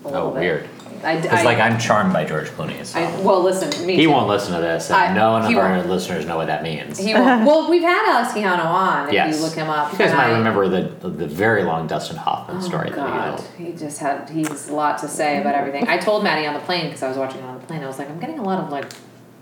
Speaker 6: A little bit.
Speaker 7: Oh, weird.
Speaker 6: I,
Speaker 7: It's
Speaker 6: I-
Speaker 7: like I'm charmed by George Clooney. So.
Speaker 6: I, well, listen, me
Speaker 7: he
Speaker 6: too.
Speaker 7: won't listen to this, and
Speaker 6: I-
Speaker 7: no one
Speaker 6: he
Speaker 7: of our
Speaker 6: won't.
Speaker 7: listeners know what that means.
Speaker 6: He won't. well, we've had Alex Keanu on. If
Speaker 7: yes,
Speaker 6: you look him up,
Speaker 7: You guys
Speaker 6: and
Speaker 7: might
Speaker 6: I-
Speaker 7: remember the the very long Dustin Hoffman
Speaker 6: Oh,
Speaker 7: story that he
Speaker 6: God,
Speaker 7: told.
Speaker 6: he just had he has a lot to say about everything. I told Maddie on the plane because I was watching it on the plane. I was like, I'm getting a lot of like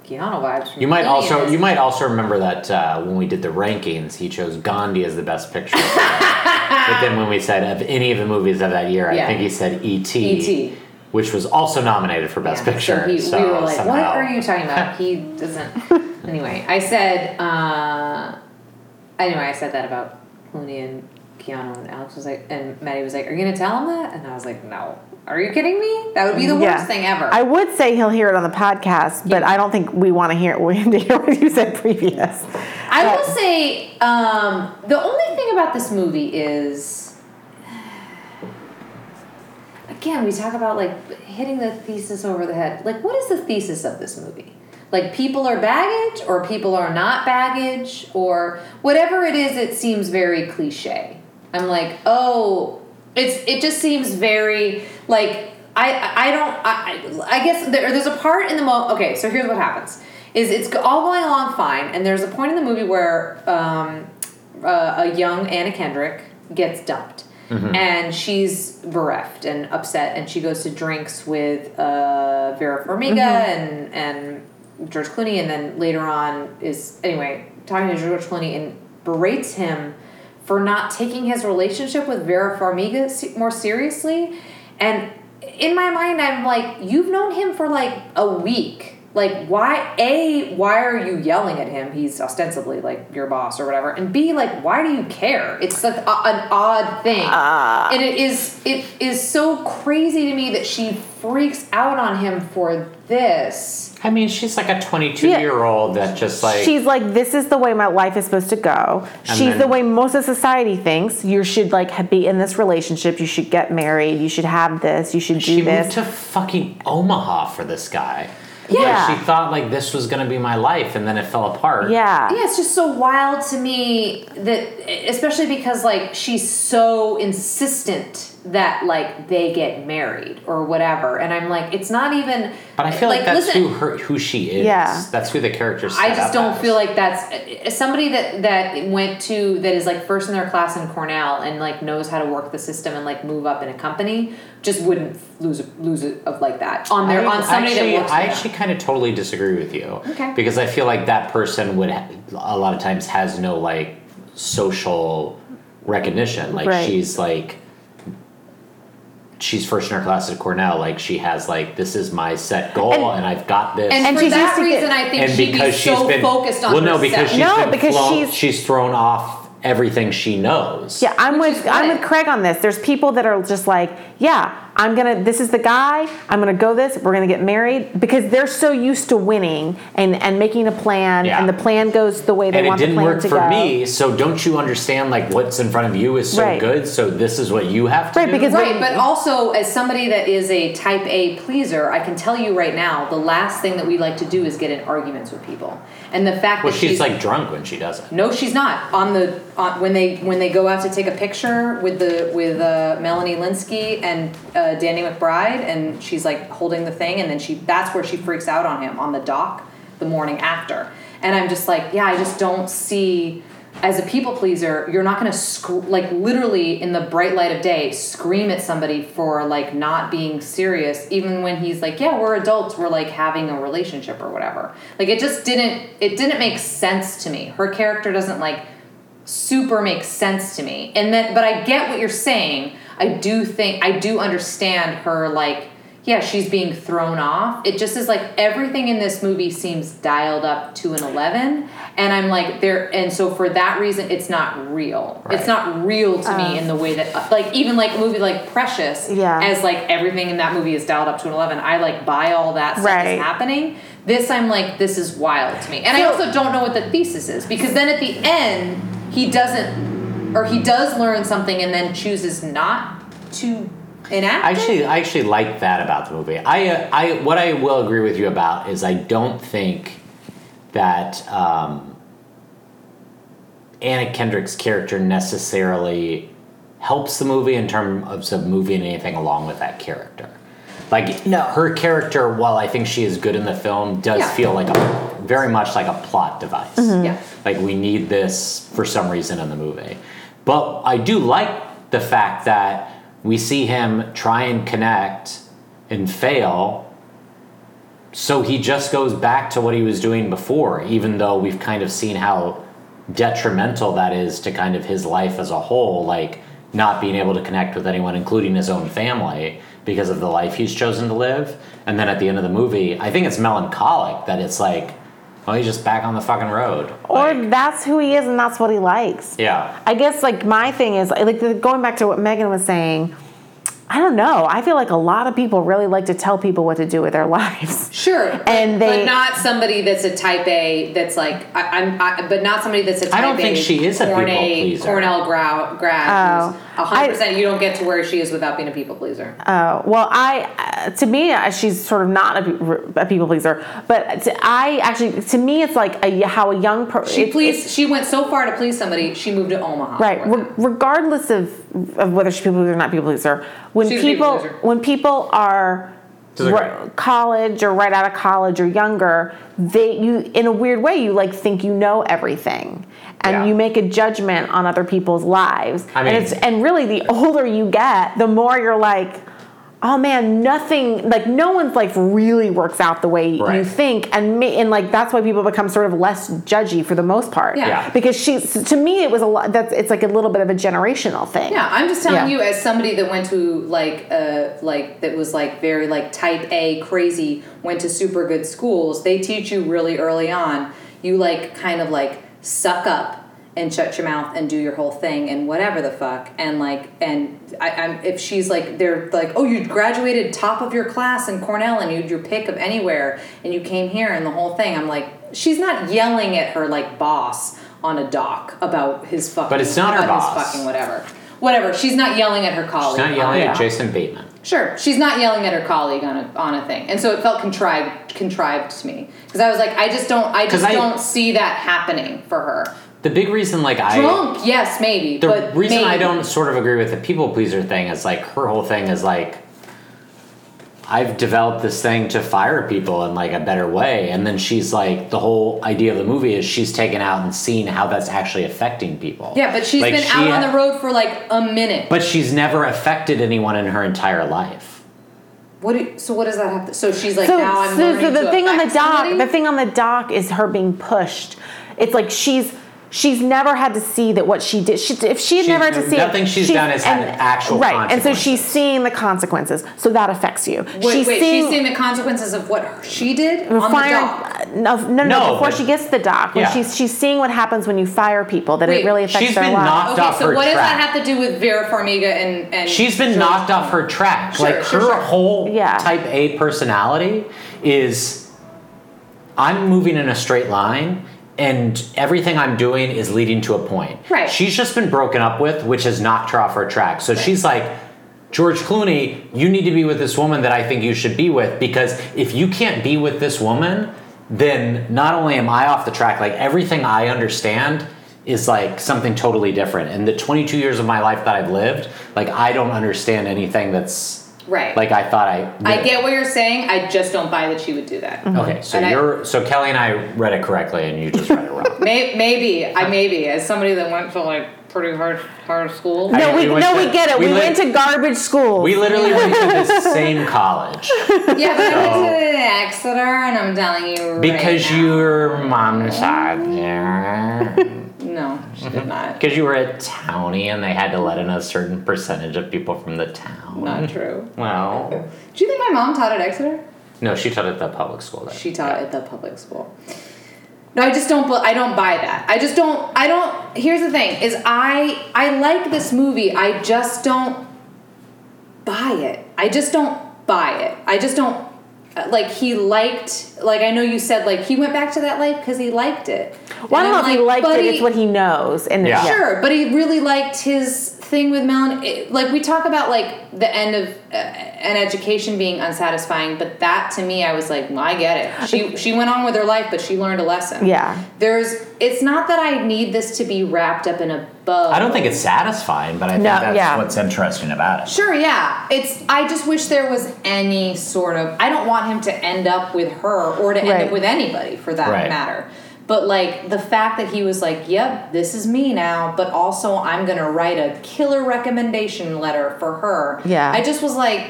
Speaker 6: Keanu vibes. From
Speaker 7: You might
Speaker 6: Clooney
Speaker 7: also
Speaker 6: in this.
Speaker 7: you might also remember that uh, when we did the rankings, he chose Gandhi as the best picture. but then when we said of any of the movies of that year, I
Speaker 6: Yeah.
Speaker 7: think he said E.T.
Speaker 6: E.T..
Speaker 7: Which was also nominated for Best
Speaker 6: Yeah,
Speaker 7: Picture.
Speaker 6: So he, we were like,
Speaker 7: somehow,
Speaker 6: what are you talking about? He doesn't. anyway, I said. Uh, anyway, I said that about Clooney and Keanu, and Alex was like, and Maddie was like, "Are you gonna tell him that?" And I was like, "No." Are you kidding me? That would be the worst
Speaker 5: yeah.
Speaker 6: thing ever.
Speaker 5: I would say he'll hear it on the podcast, but I don't think we want to hear we need to hear what you said previous.
Speaker 6: I
Speaker 5: But-
Speaker 6: will say um, the only thing about this movie is again we talk about like hitting the thesis over the head. Like, what is the thesis of this movie? Like, people are baggage, or people are not baggage, or whatever it is. It seems very cliche. I'm like, oh, it's it just seems very like I I don't I I I guess there, there's a part in the mo. Okay, so here's what happens is it's all going along fine, and there's a point in the movie where um, uh, a young Anna Kendrick gets dumped, and she's bereft and upset, and she goes to drinks with uh, Vera Farmiga and and George Clooney, and then later on is anyway talking to George Clooney and berates him for not taking his relationship with Vera Farmiga se- more seriously. And in my mind, I'm like, you've known him for like a week. Like, why? A, why are you yelling at him? He's ostensibly like your boss or whatever. And B, like, why do you care? It's like a, an odd thing, and it is it is so crazy to me that she freaks out on him for this.
Speaker 7: I mean, she's like a 22 year old that just like
Speaker 5: She's like, this is the way my life is supposed to go.
Speaker 7: And
Speaker 5: She's
Speaker 7: then-
Speaker 5: the way most of society thinks. You should like ha- be in this relationship. You should get married. You should have this. You should do
Speaker 7: she
Speaker 5: this.
Speaker 7: moved to fucking Omaha for this guy.
Speaker 5: Yeah.
Speaker 7: Like, she thought like this was gonna be my life, and then it fell apart.
Speaker 5: yeah.
Speaker 6: Yeah, it's just so wild to me that, especially because like she's so insistent that like they get married or whatever, and I'm like, it's not even.
Speaker 7: But I feel like, that's
Speaker 6: listen,
Speaker 7: who her who she is.
Speaker 5: Yeah.
Speaker 7: That's who the character.
Speaker 6: I
Speaker 7: set
Speaker 6: just
Speaker 7: up
Speaker 6: don't
Speaker 7: as.
Speaker 6: feel like that's somebody that that went to that is like first in their class in Cornell and like knows how to work the system and like move up in a company just wouldn't lose a, lose it of like that on their
Speaker 7: I
Speaker 6: on somebody
Speaker 7: actually,
Speaker 6: that works.
Speaker 7: I
Speaker 6: for them.
Speaker 7: actually kind of totally disagree with you.
Speaker 6: Okay.
Speaker 7: Because I feel like that person would ha- a lot of times has no like social recognition. Like
Speaker 5: Right.
Speaker 7: she's like she's first in her class at Cornell. Like she has like this is my set goal and, I've got this.
Speaker 6: and,
Speaker 5: And
Speaker 6: for
Speaker 5: she's
Speaker 6: that
Speaker 5: used to get-
Speaker 6: reason, I think
Speaker 7: And
Speaker 6: she'd be
Speaker 7: because she's
Speaker 6: so
Speaker 7: been
Speaker 6: focused on
Speaker 7: well, no,
Speaker 6: herself.
Speaker 7: because she's
Speaker 5: No,
Speaker 7: been
Speaker 5: because
Speaker 7: flown-
Speaker 5: she's-
Speaker 7: she's thrown off everything she knows.
Speaker 5: Yeah, I'm
Speaker 6: Which is
Speaker 5: with I'm
Speaker 6: good.
Speaker 5: with Craig on this. There's people that are just like, yeah, I'm gonna. This is the guy. I'm gonna go this. We're gonna get married because they're so used to winning and and making a plan,
Speaker 7: Yeah.
Speaker 5: and the plan goes the way they
Speaker 7: and it
Speaker 5: want the
Speaker 7: didn't
Speaker 5: plan
Speaker 7: work
Speaker 5: to
Speaker 7: for
Speaker 5: go.
Speaker 7: me so don't you understand like what's in front of you is so
Speaker 5: Right.
Speaker 7: good so this is what you have to
Speaker 5: Right,
Speaker 7: do
Speaker 5: because
Speaker 6: Right, but
Speaker 7: Mm-hmm.
Speaker 6: also as somebody that is a type A pleaser, I can tell you right now, the last thing that we like to do is get in arguments with people. And the fact
Speaker 7: well
Speaker 6: that
Speaker 7: she's like drunk when she does it
Speaker 6: no, she's not on the on, when they when they go out to take a picture with the with uh, Melanie Linsky and uh, Danny McBride, and she's like holding the thing, and then she that's where she freaks out on him on the dock the morning after, and I'm just like, yeah, I just don't see as a people pleaser, you're not gonna sc- like literally in the bright light of day scream at somebody for like not being serious, even when he's like, yeah, we're adults, we're like having a relationship or whatever. Like it just didn't it didn't make sense to me. Her character doesn't like super make sense to me, and then but I get what you're saying. I do think I do understand her like. Yeah, she's being thrown off. It just is like everything in this movie seems dialed up to an 11 and I'm like there and so for that reason it's not real. It's
Speaker 7: Right.
Speaker 6: not real to me in the way that uh, like even like a movie like Precious
Speaker 5: Yeah.
Speaker 6: as like everything in that movie is dialed up to an 11. I like buy all that stuff
Speaker 5: Right.
Speaker 6: that's happening. This I'm like this is wild to me. And I
Speaker 5: So-
Speaker 6: also don't know what the thesis is because then at the end he doesn't or he does learn something and then chooses not to enact
Speaker 7: I
Speaker 6: it.
Speaker 7: actually i actually like that about the movie i uh, i what i will agree with you about is i don't think that um anna kendrick's character necessarily helps the movie in terms of moving anything along with that character like
Speaker 5: No.
Speaker 7: her character while i think she is good in the film does
Speaker 6: Yeah.
Speaker 7: feel like a very much like a plot device
Speaker 6: Yeah.
Speaker 7: Like we need this for some reason in the movie. But I do like the fact that we see him try and connect and fail. So he just goes back to what he was doing before, even though we've kind of seen how detrimental that is to kind of his life as a whole, like not being able to connect with anyone, including his own family, because of the life he's chosen to live. And then at the end of the movie, I think it's melancholic that it's like, well, he's just back on the fucking road.
Speaker 5: Or
Speaker 7: Like,
Speaker 5: that's who he is, and that's what he likes.
Speaker 7: yeah.
Speaker 5: I guess like my thing is like the, going back to what Megan was saying. I don't know. I feel like a lot of people really like to tell people what to do with their lives.
Speaker 6: Sure, but-
Speaker 5: And they-
Speaker 6: but not somebody that's a type A that's like I, I'm, I, but not somebody that's a type
Speaker 7: I don't think
Speaker 6: A
Speaker 7: she is a
Speaker 6: Corn
Speaker 7: people
Speaker 6: A-
Speaker 7: pleaser.
Speaker 6: Cornell grad, grad
Speaker 5: Oh.
Speaker 6: a hundred
Speaker 5: I-
Speaker 6: percent. You don't get to where she is without being a people pleaser.
Speaker 5: Uh, well, I uh, to me uh, she's sort of not a, pe- a people pleaser, but to, I actually to me it's like a, how a young person
Speaker 6: she pleased. she went so far to please somebody. She moved to Omaha.
Speaker 5: Right.
Speaker 6: for
Speaker 5: Re-
Speaker 6: them.
Speaker 5: regardless of, of whether she's people pleaser or not people pleaser, when
Speaker 6: She's a people
Speaker 5: people
Speaker 6: pleaser.
Speaker 5: when people are
Speaker 7: To the
Speaker 5: ri-
Speaker 7: ground.
Speaker 5: college or right out of college or younger, they you in a weird way you like think you know everything, and
Speaker 7: Yeah.
Speaker 5: you make a judgment on other people's lives.
Speaker 7: I mean-
Speaker 5: and it's and really the older you get, the more you're like. oh man, nothing like no one's life really works out the way you
Speaker 7: Right.
Speaker 5: think, and ma- and like that's why people become sort of less judgy for the most part.
Speaker 6: Yeah. Yeah.
Speaker 5: Because she, to me, it was a lot. That's it's like a little bit of a generational thing.
Speaker 6: Yeah, I'm just telling
Speaker 5: Yeah.
Speaker 6: you as somebody that went to like uh like that was like very like type A crazy, went to super good schools. They teach you really early on. You like kind of like suck up and shut your mouth and do your whole thing and whatever the fuck and like and I, I'm if she's like they're like oh you graduated top of your class in Cornell and you would your pick of anywhere and you came here and the whole thing I'm like she's not yelling at her like boss on a dock about his fucking
Speaker 7: But it's not her
Speaker 6: about his
Speaker 7: boss.
Speaker 6: fucking whatever. Whatever. She's not yelling at her colleague.
Speaker 7: She's not yelling
Speaker 5: Yeah.
Speaker 7: at Jason Bateman.
Speaker 6: Sure, she's not yelling at her colleague on a on a thing, and so it felt contrived contrived to me because I was like, I just don't, I just
Speaker 7: 'Cause I-
Speaker 6: don't see that happening for her.
Speaker 7: The big reason, like I,
Speaker 6: Drunk, yes, maybe.
Speaker 7: the
Speaker 6: but
Speaker 7: reason I
Speaker 6: maybe.
Speaker 7: don't sort of agree with the people pleaser thing is like her whole thing is like I've developed this thing to fire people in like a better way, and then she's like the whole idea of the movie is she's taken out and seen how that's actually affecting people.
Speaker 6: Yeah, but she's
Speaker 7: she's
Speaker 6: been out on the road for like a minute.
Speaker 7: but she's never affected anyone in her entire life.
Speaker 6: what? Do, so what does that have to? So she's like
Speaker 5: so,
Speaker 6: now I'm
Speaker 5: so,
Speaker 6: learning
Speaker 5: so the
Speaker 6: to
Speaker 5: thing on the
Speaker 6: affect
Speaker 5: dock
Speaker 6: somebody?
Speaker 5: the thing on the dock is her being pushed it's like she's she's never had to see that what she did she, if she had
Speaker 7: She's-
Speaker 5: never had to see
Speaker 7: nothing
Speaker 5: it,
Speaker 7: she's done has had actual
Speaker 5: right and so
Speaker 7: consequences.
Speaker 5: she's seeing the consequences so that affects you
Speaker 6: Wait,
Speaker 5: she's,
Speaker 6: wait,
Speaker 5: seeing,
Speaker 6: she's seeing the consequences of what her- she did on
Speaker 5: the
Speaker 6: the dock.
Speaker 5: fire no, no, no,
Speaker 7: No,
Speaker 5: before
Speaker 7: but-
Speaker 5: she gets to the dock when
Speaker 7: Yeah.
Speaker 5: she's she's seeing what happens when you fire people that
Speaker 6: Wait,
Speaker 5: it really affects
Speaker 7: she's
Speaker 5: their
Speaker 7: been
Speaker 5: lives
Speaker 7: knocked
Speaker 6: Okay,
Speaker 7: off
Speaker 6: so
Speaker 7: her
Speaker 6: what does
Speaker 7: track.
Speaker 6: that have to do with Vera Farmiga and and
Speaker 7: She's been
Speaker 6: George
Speaker 7: knocked off
Speaker 6: Clooney?
Speaker 7: her track.
Speaker 6: Sure,
Speaker 7: like
Speaker 6: sure,
Speaker 7: her
Speaker 6: sure.
Speaker 7: whole
Speaker 5: Yeah.
Speaker 7: type A personality is I'm moving in a straight line and everything I'm doing is leading to a point.
Speaker 6: Right.
Speaker 7: She's just been broken up with, which has knocked her off her track. So she's like, George Clooney, you need to be with this woman that I think you should be with because if you can't be with this woman, then not only am I off the track, like everything I understand is like something totally different. And the 22 years of my life that I've lived, like I don't understand anything that's
Speaker 6: Right.
Speaker 7: like I thought I.
Speaker 6: I
Speaker 7: knew.
Speaker 6: get what you're saying. I just don't buy that she would do that.
Speaker 7: Okay, so
Speaker 6: And I-
Speaker 7: you're so Kelly and I read it correctly, and you just read it wrong.
Speaker 6: May, maybe I maybe as somebody that went to like pretty hard hard school.
Speaker 7: I-
Speaker 5: no, we,
Speaker 7: We went
Speaker 5: no,
Speaker 7: to-
Speaker 5: we get it. We,
Speaker 7: we
Speaker 5: went
Speaker 7: lit-
Speaker 5: to garbage schools.
Speaker 7: We literally went to the same college
Speaker 6: yeah, but I went to Exeter, and I'm telling you right
Speaker 7: because
Speaker 6: now.
Speaker 7: your mom sat there.
Speaker 6: no, she did not.
Speaker 7: Because you were a townie, and they had to let in a certain percentage of people from the town.
Speaker 6: Not true.
Speaker 7: Well,
Speaker 6: Do you think my mom taught at Exeter?
Speaker 7: no, she taught at the public school. Though.
Speaker 6: She taught at the public school. No, I just don't. bu- I don't buy that. I just don't. I don't. Here's the thing: is I I like this movie. I just don't buy it. I just don't buy it. I just don't uh, like he liked. Like I know you said like he went back to that life because he liked it.
Speaker 5: well, I
Speaker 6: And
Speaker 5: don't know
Speaker 6: I'm
Speaker 5: if he
Speaker 6: like,
Speaker 5: liked
Speaker 6: but
Speaker 5: it. It's what he knows. And
Speaker 7: Yeah.
Speaker 5: yeah.
Speaker 6: Sure, but he really liked his thing with Melon. It- Like we talk about like the end of uh, an education being unsatisfying, but that to me, I was like, well, I get it. She she went on with her life, but she learned a lesson.
Speaker 5: Yeah.
Speaker 6: there's. It's not that I need this to be wrapped up in a bow.
Speaker 7: I don't think it's satisfying, but I think
Speaker 5: No,
Speaker 7: that's
Speaker 5: yeah.
Speaker 7: what's interesting about it.
Speaker 6: Sure, yeah. It's. I just wish there was any sort of. I don't want him to end up with her or to end
Speaker 5: Right.
Speaker 6: up with anybody for that
Speaker 7: Right.
Speaker 6: matter. But like the fact that he was like, "Yep, this is me now," but also I'm gonna write a killer recommendation letter for her.
Speaker 5: Yeah.
Speaker 6: I just was like,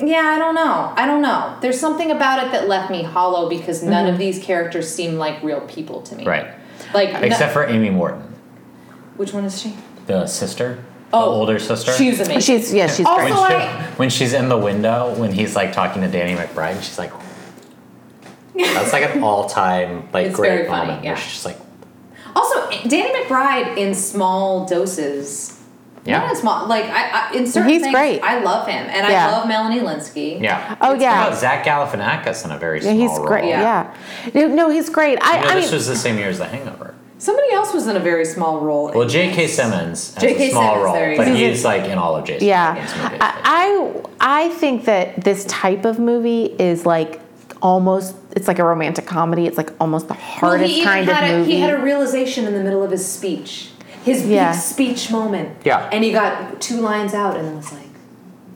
Speaker 6: yeah, I don't know. I don't know. There's something about it that left me hollow because none of these characters seem like real people to me.
Speaker 7: Mm-hmm. Right.
Speaker 6: Like no-
Speaker 7: Except for Amy Morton,
Speaker 6: which one is she?
Speaker 7: the sister,
Speaker 6: Oh,
Speaker 7: the older sister.
Speaker 6: She's amazing.
Speaker 5: She's yeah, she's
Speaker 6: Also,
Speaker 5: great.
Speaker 7: when, she-
Speaker 6: I-
Speaker 7: when she's in the window, when he's like talking to Danny McBride, she's like, that's like an all time like
Speaker 6: It's very
Speaker 7: great
Speaker 6: funny,
Speaker 7: moment.
Speaker 6: yeah.
Speaker 7: Where she's just like,
Speaker 6: Also, Danny McBride in small doses.
Speaker 7: Yeah.
Speaker 6: Not in small, like I, I in certain
Speaker 5: He's
Speaker 6: things,
Speaker 5: great.
Speaker 6: I love him, and
Speaker 5: Yeah.
Speaker 6: I love Melanie Linsky.
Speaker 7: yeah.
Speaker 5: Oh, yeah.
Speaker 7: About Zach Galifianakis in a very
Speaker 5: Yeah,
Speaker 7: small
Speaker 5: he's
Speaker 7: role.
Speaker 5: great.
Speaker 6: Yeah.
Speaker 5: Yeah. No, no, he's great. I,
Speaker 7: You know,
Speaker 5: I
Speaker 7: this
Speaker 5: mean,
Speaker 7: was the same year as The Hangover.
Speaker 6: Somebody else was in a very small role.
Speaker 7: Well, J.K. Simmons has
Speaker 6: J.K.
Speaker 7: a small
Speaker 6: Simmons, there
Speaker 7: role,
Speaker 6: you
Speaker 7: but
Speaker 6: go.
Speaker 7: he's like in all of Jason.
Speaker 5: yeah.
Speaker 7: Bateman's movies.
Speaker 5: I, I I think that this type of movie is like almost it's like a romantic comedy. It's like almost the
Speaker 6: Well,
Speaker 5: hardest
Speaker 6: he even
Speaker 5: kind
Speaker 6: had
Speaker 5: of
Speaker 6: a,
Speaker 5: movie.
Speaker 6: He had a realization in the middle of his speech, his big
Speaker 5: Yeah.
Speaker 6: speech moment.
Speaker 7: Yeah.
Speaker 6: And he got two lines out, and was like,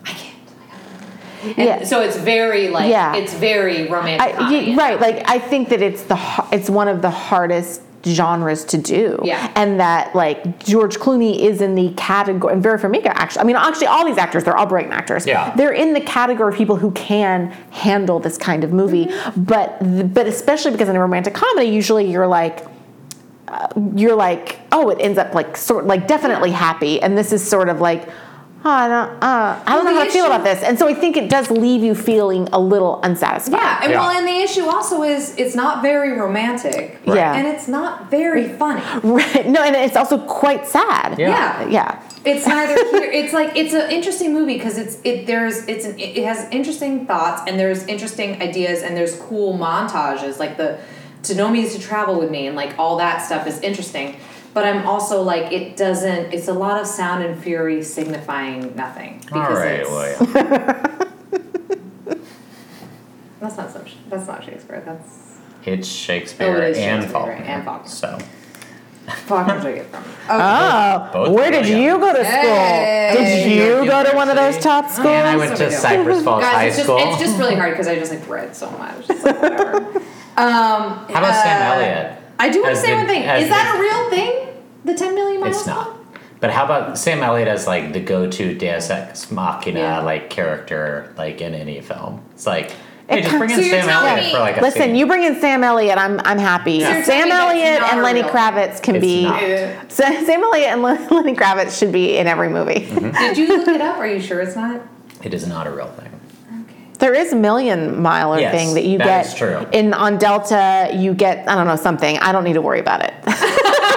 Speaker 6: "I can't." I gotta-" And
Speaker 5: Yeah.
Speaker 6: So it's very like
Speaker 5: Yeah.
Speaker 6: it's very romantic.
Speaker 5: I-
Speaker 6: comedy.
Speaker 5: yeah, right. Like I think that it's the har- it's one of the hardest genres to do.
Speaker 6: Yeah.
Speaker 5: And that like George Clooney is in the category and Vera Farmiga actually I mean actually all these actors, they're all brilliant actors.
Speaker 7: Yeah.
Speaker 5: They're in the category of people who can handle this kind of movie. But th- but especially because in a romantic comedy, usually you're like uh, you're like, oh, it ends up like sort like definitely happy, and this is sort of like, oh, I don't, uh, I don't
Speaker 10: Well,
Speaker 5: know
Speaker 10: the
Speaker 5: how to feel
Speaker 10: issue-
Speaker 5: about this, and so I think it does leave you feeling a little unsatisfied.
Speaker 6: Yeah, and
Speaker 7: Yeah.
Speaker 6: well, and the issue also is it's not very romantic.
Speaker 5: Right. Yeah.
Speaker 6: and it's not very funny.
Speaker 5: Right. No, and it's also quite sad.
Speaker 7: Yeah.
Speaker 6: Yeah,
Speaker 5: Yeah.
Speaker 6: It's neither here. It's like it's an interesting movie because it's it there's it's an, it has interesting thoughts and there's interesting ideas and there's cool montages like the to know me is to travel with me and like all that stuff is interesting. But I'm also like it doesn't. It's a lot of sound and fury signifying nothing.
Speaker 7: All
Speaker 6: Because
Speaker 7: right,
Speaker 6: it's,
Speaker 7: William.
Speaker 6: That's not some- that's not Shakespeare. That's
Speaker 7: It's Shakespeare
Speaker 6: Oh, it is
Speaker 7: and
Speaker 6: Shakespeare,
Speaker 7: Faulkner.
Speaker 6: right, and Faulkner.
Speaker 7: So
Speaker 6: Faulkner took it from.
Speaker 5: Oh,
Speaker 7: Both
Speaker 5: where did
Speaker 7: brilliant.
Speaker 5: you go to school? Did
Speaker 6: Hey.
Speaker 5: you go to one of those
Speaker 7: Oh,
Speaker 5: top schools?
Speaker 7: and I went to
Speaker 6: That's what we do.
Speaker 7: Cypress Falls
Speaker 6: Guys,
Speaker 7: High
Speaker 6: it's just,
Speaker 7: School.
Speaker 6: It's just really hard because I just like read so much. It's like, whatever. um,
Speaker 7: How about Sam Elliott?
Speaker 6: I do want
Speaker 7: As
Speaker 6: to say
Speaker 7: the-
Speaker 6: one thing.
Speaker 7: as
Speaker 6: Is that
Speaker 7: the-
Speaker 6: a real thing? The 10 million miles?
Speaker 7: It's
Speaker 6: Club?
Speaker 7: not. But how about Sam Elliott as like the go-to Deus Ex Machina
Speaker 6: Yeah.
Speaker 7: like character like in any film? It's like
Speaker 5: It
Speaker 7: hey, just bring
Speaker 5: comes-
Speaker 7: in
Speaker 6: So you're
Speaker 7: Sam
Speaker 6: telling
Speaker 7: Elliott
Speaker 6: me-
Speaker 7: for like a
Speaker 5: Listen,
Speaker 7: scene.
Speaker 5: you bring in Sam Elliott, I'm I'm happy.
Speaker 6: you're telling
Speaker 5: Sam
Speaker 6: me that's
Speaker 5: Elliott
Speaker 6: not
Speaker 5: and
Speaker 6: a
Speaker 5: Lenny
Speaker 6: real-
Speaker 5: Kravitz can
Speaker 7: It's
Speaker 5: be.
Speaker 7: not.
Speaker 6: Yeah.
Speaker 5: Sam Elliott and Len- Lenny Kravitz should be in every movie.
Speaker 7: Mm-hmm.
Speaker 6: Did you look it up? Are you sure it's not?
Speaker 7: It is not a real thing.
Speaker 5: There is a million miler
Speaker 7: Yes,
Speaker 5: thing that you
Speaker 7: that
Speaker 5: get
Speaker 7: is true.
Speaker 5: in on Delta. You get I don't know something. I don't need to worry about it.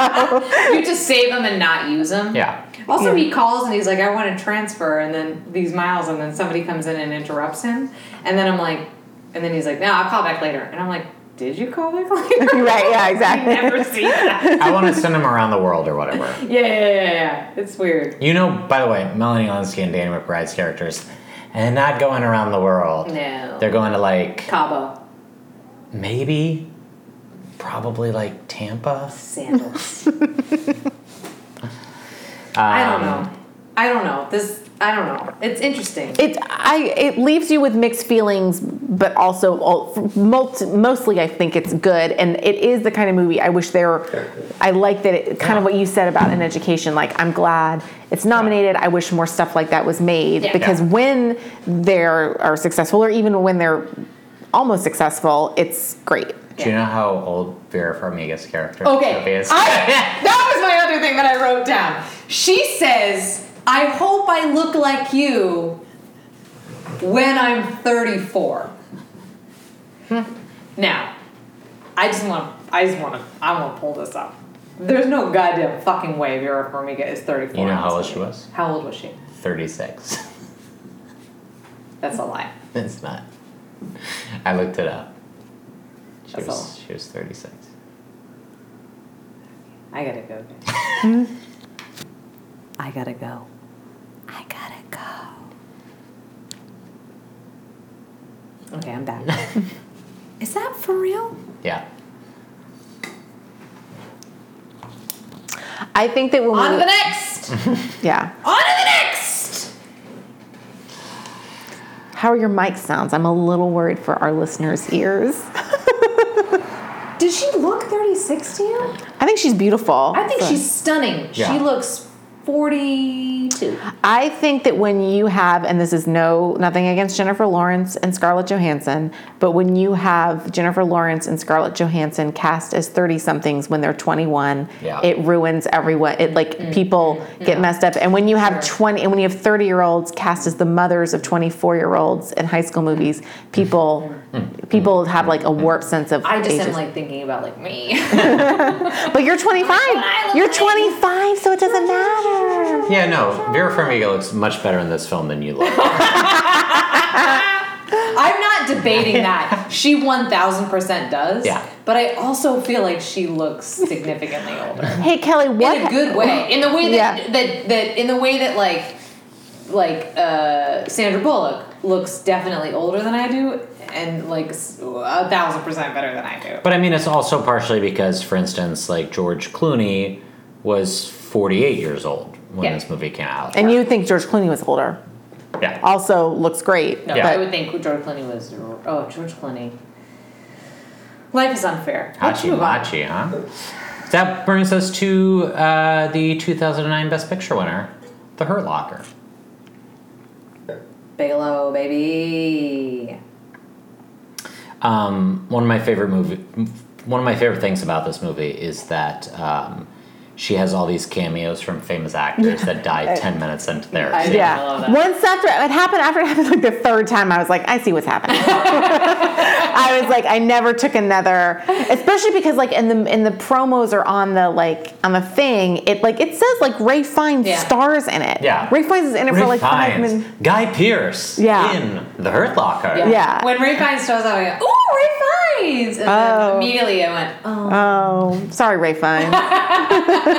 Speaker 6: You just save them and not use them?
Speaker 7: Yeah.
Speaker 6: Also, he calls and he's like, I want to transfer, and then these miles, and then somebody comes in and interrupts him. And then I'm like, and then he's like, no, I'll call back later. And I'm like, did you call back later?
Speaker 5: right? Yeah, exactly.
Speaker 6: I never see that.
Speaker 7: I want to send him around the world or whatever.
Speaker 6: Yeah, yeah, yeah, yeah. It's weird.
Speaker 7: You know, by the way, Melanie Lansky and Danny McBride's characters and not going around the world.
Speaker 6: No.
Speaker 7: They're going to like
Speaker 6: Cabo.
Speaker 7: maybe probably like Tampa.
Speaker 6: Sandals.
Speaker 7: Um,
Speaker 6: I don't know. I don't know. This, I don't know. It's interesting.
Speaker 5: It I it leaves you with mixed feelings, but also all, multi, mostly I think it's good, and it is the kind of movie I wish there. I like that it kind of what you said about an education. Like I'm glad it's nominated. I wish more stuff like that was made
Speaker 6: Yeah.
Speaker 5: because
Speaker 7: Yeah.
Speaker 5: when they are successful, or even when they're almost successful, it's great.
Speaker 7: Do you know how old Vera Farmiga's character
Speaker 6: Okay.
Speaker 7: is?
Speaker 6: I, that was my other thing that I wrote down. She says, I hope I look like you when I'm 34. now, I just want to, I just want to, I want to pull this up. There's no goddamn fucking way Vera Farmiga is 34.
Speaker 7: You know how old she was?
Speaker 6: How old was she?
Speaker 7: 36.
Speaker 6: That's a lie.
Speaker 7: it's not. I looked it up. She
Speaker 6: That's
Speaker 7: was
Speaker 6: old.
Speaker 7: she was 36.
Speaker 6: I gotta go. Hmm? I gotta go. I gotta go. Okay, I'm back. Is that for real?
Speaker 7: Yeah.
Speaker 5: I think that when
Speaker 6: On
Speaker 5: we,
Speaker 6: to the next! On to
Speaker 5: yeah,
Speaker 6: the next!
Speaker 5: how are your mic sounds? I'm a little worried for our listeners' ears.
Speaker 6: Did she look 36 to you?
Speaker 5: I think she's beautiful.
Speaker 6: I think
Speaker 5: So-
Speaker 6: she's stunning.
Speaker 7: Yeah.
Speaker 6: She looks 42.
Speaker 5: I think that when you have, and this is no nothing against Jennifer Lawrence and Scarlett Johansson, but when you have Jennifer Lawrence and Scarlett Johansson cast as thirty somethings when they're twenty one,
Speaker 7: Yeah.
Speaker 5: it ruins everyone. It like
Speaker 6: Mm-hmm.
Speaker 5: people get messed up, and when you have twenty, and when you have thirty year olds cast as the mothers of twenty four year olds in high school movies, people people have like a warped sense of.
Speaker 6: I just
Speaker 5: ages.
Speaker 6: am like thinking about like me.
Speaker 5: but you're twenty
Speaker 6: I
Speaker 5: five.
Speaker 6: look
Speaker 5: You're
Speaker 6: like.
Speaker 5: twenty five, so it doesn't matter.
Speaker 7: Yeah, no. Vera Farmiga looks much better in this film than you look.
Speaker 6: I'm not debating that. She 1000% does.
Speaker 7: Yeah.
Speaker 6: But I also feel like she looks significantly older.
Speaker 5: Hey Kelly, what?
Speaker 6: in a good way in the way that
Speaker 5: Yeah.
Speaker 6: that, that in the way that like like uh, sandra bullock looks definitely older than i do and like s- a thousand percent better than i do
Speaker 7: but I mean, it's also partially because, for instance, like George Clooney was 48 years old when
Speaker 6: Yeah.
Speaker 7: this movie came out.
Speaker 5: and you think George Clooney was older?
Speaker 7: yeah.
Speaker 5: also looks great.
Speaker 6: no
Speaker 7: Yeah.
Speaker 6: i would think george clooney was oh george clooney
Speaker 9: Life is unfair. Let's
Speaker 7: Hachi
Speaker 9: move on.
Speaker 7: Machi, huh? That brings us to uh, the 2009 Best Picture winner, The Hurt Locker.
Speaker 9: Bigelow, baby.
Speaker 7: Um, one of my favorite movie, one of my favorite things about this movie is that um, she has all these cameos from famous actors that die ten minutes into their.
Speaker 9: I-
Speaker 7: scene.
Speaker 9: I love
Speaker 5: Yeah.
Speaker 9: that.
Speaker 5: Once after it happened, after it happened like the third time, I was like, I see what's happening. I was like, I never took another, especially because like in the in the promos or on the like on the thing, it like it says like Ray Fiennes
Speaker 9: Yeah.
Speaker 5: stars in it.
Speaker 7: Yeah.
Speaker 5: Ray Fiennes is in it
Speaker 7: Ray
Speaker 5: for like five
Speaker 7: Fiennes,
Speaker 5: minutes.
Speaker 7: Guy Pierce
Speaker 5: Yeah.
Speaker 7: in The Hurt Locker.
Speaker 5: Yeah.
Speaker 9: When Ray Fiennes shows up, I go, "Ooh, Ray Fiennes!" And
Speaker 5: Oh.
Speaker 9: then immediately I went, "Oh,
Speaker 5: Oh, sorry, Ray Fiennes.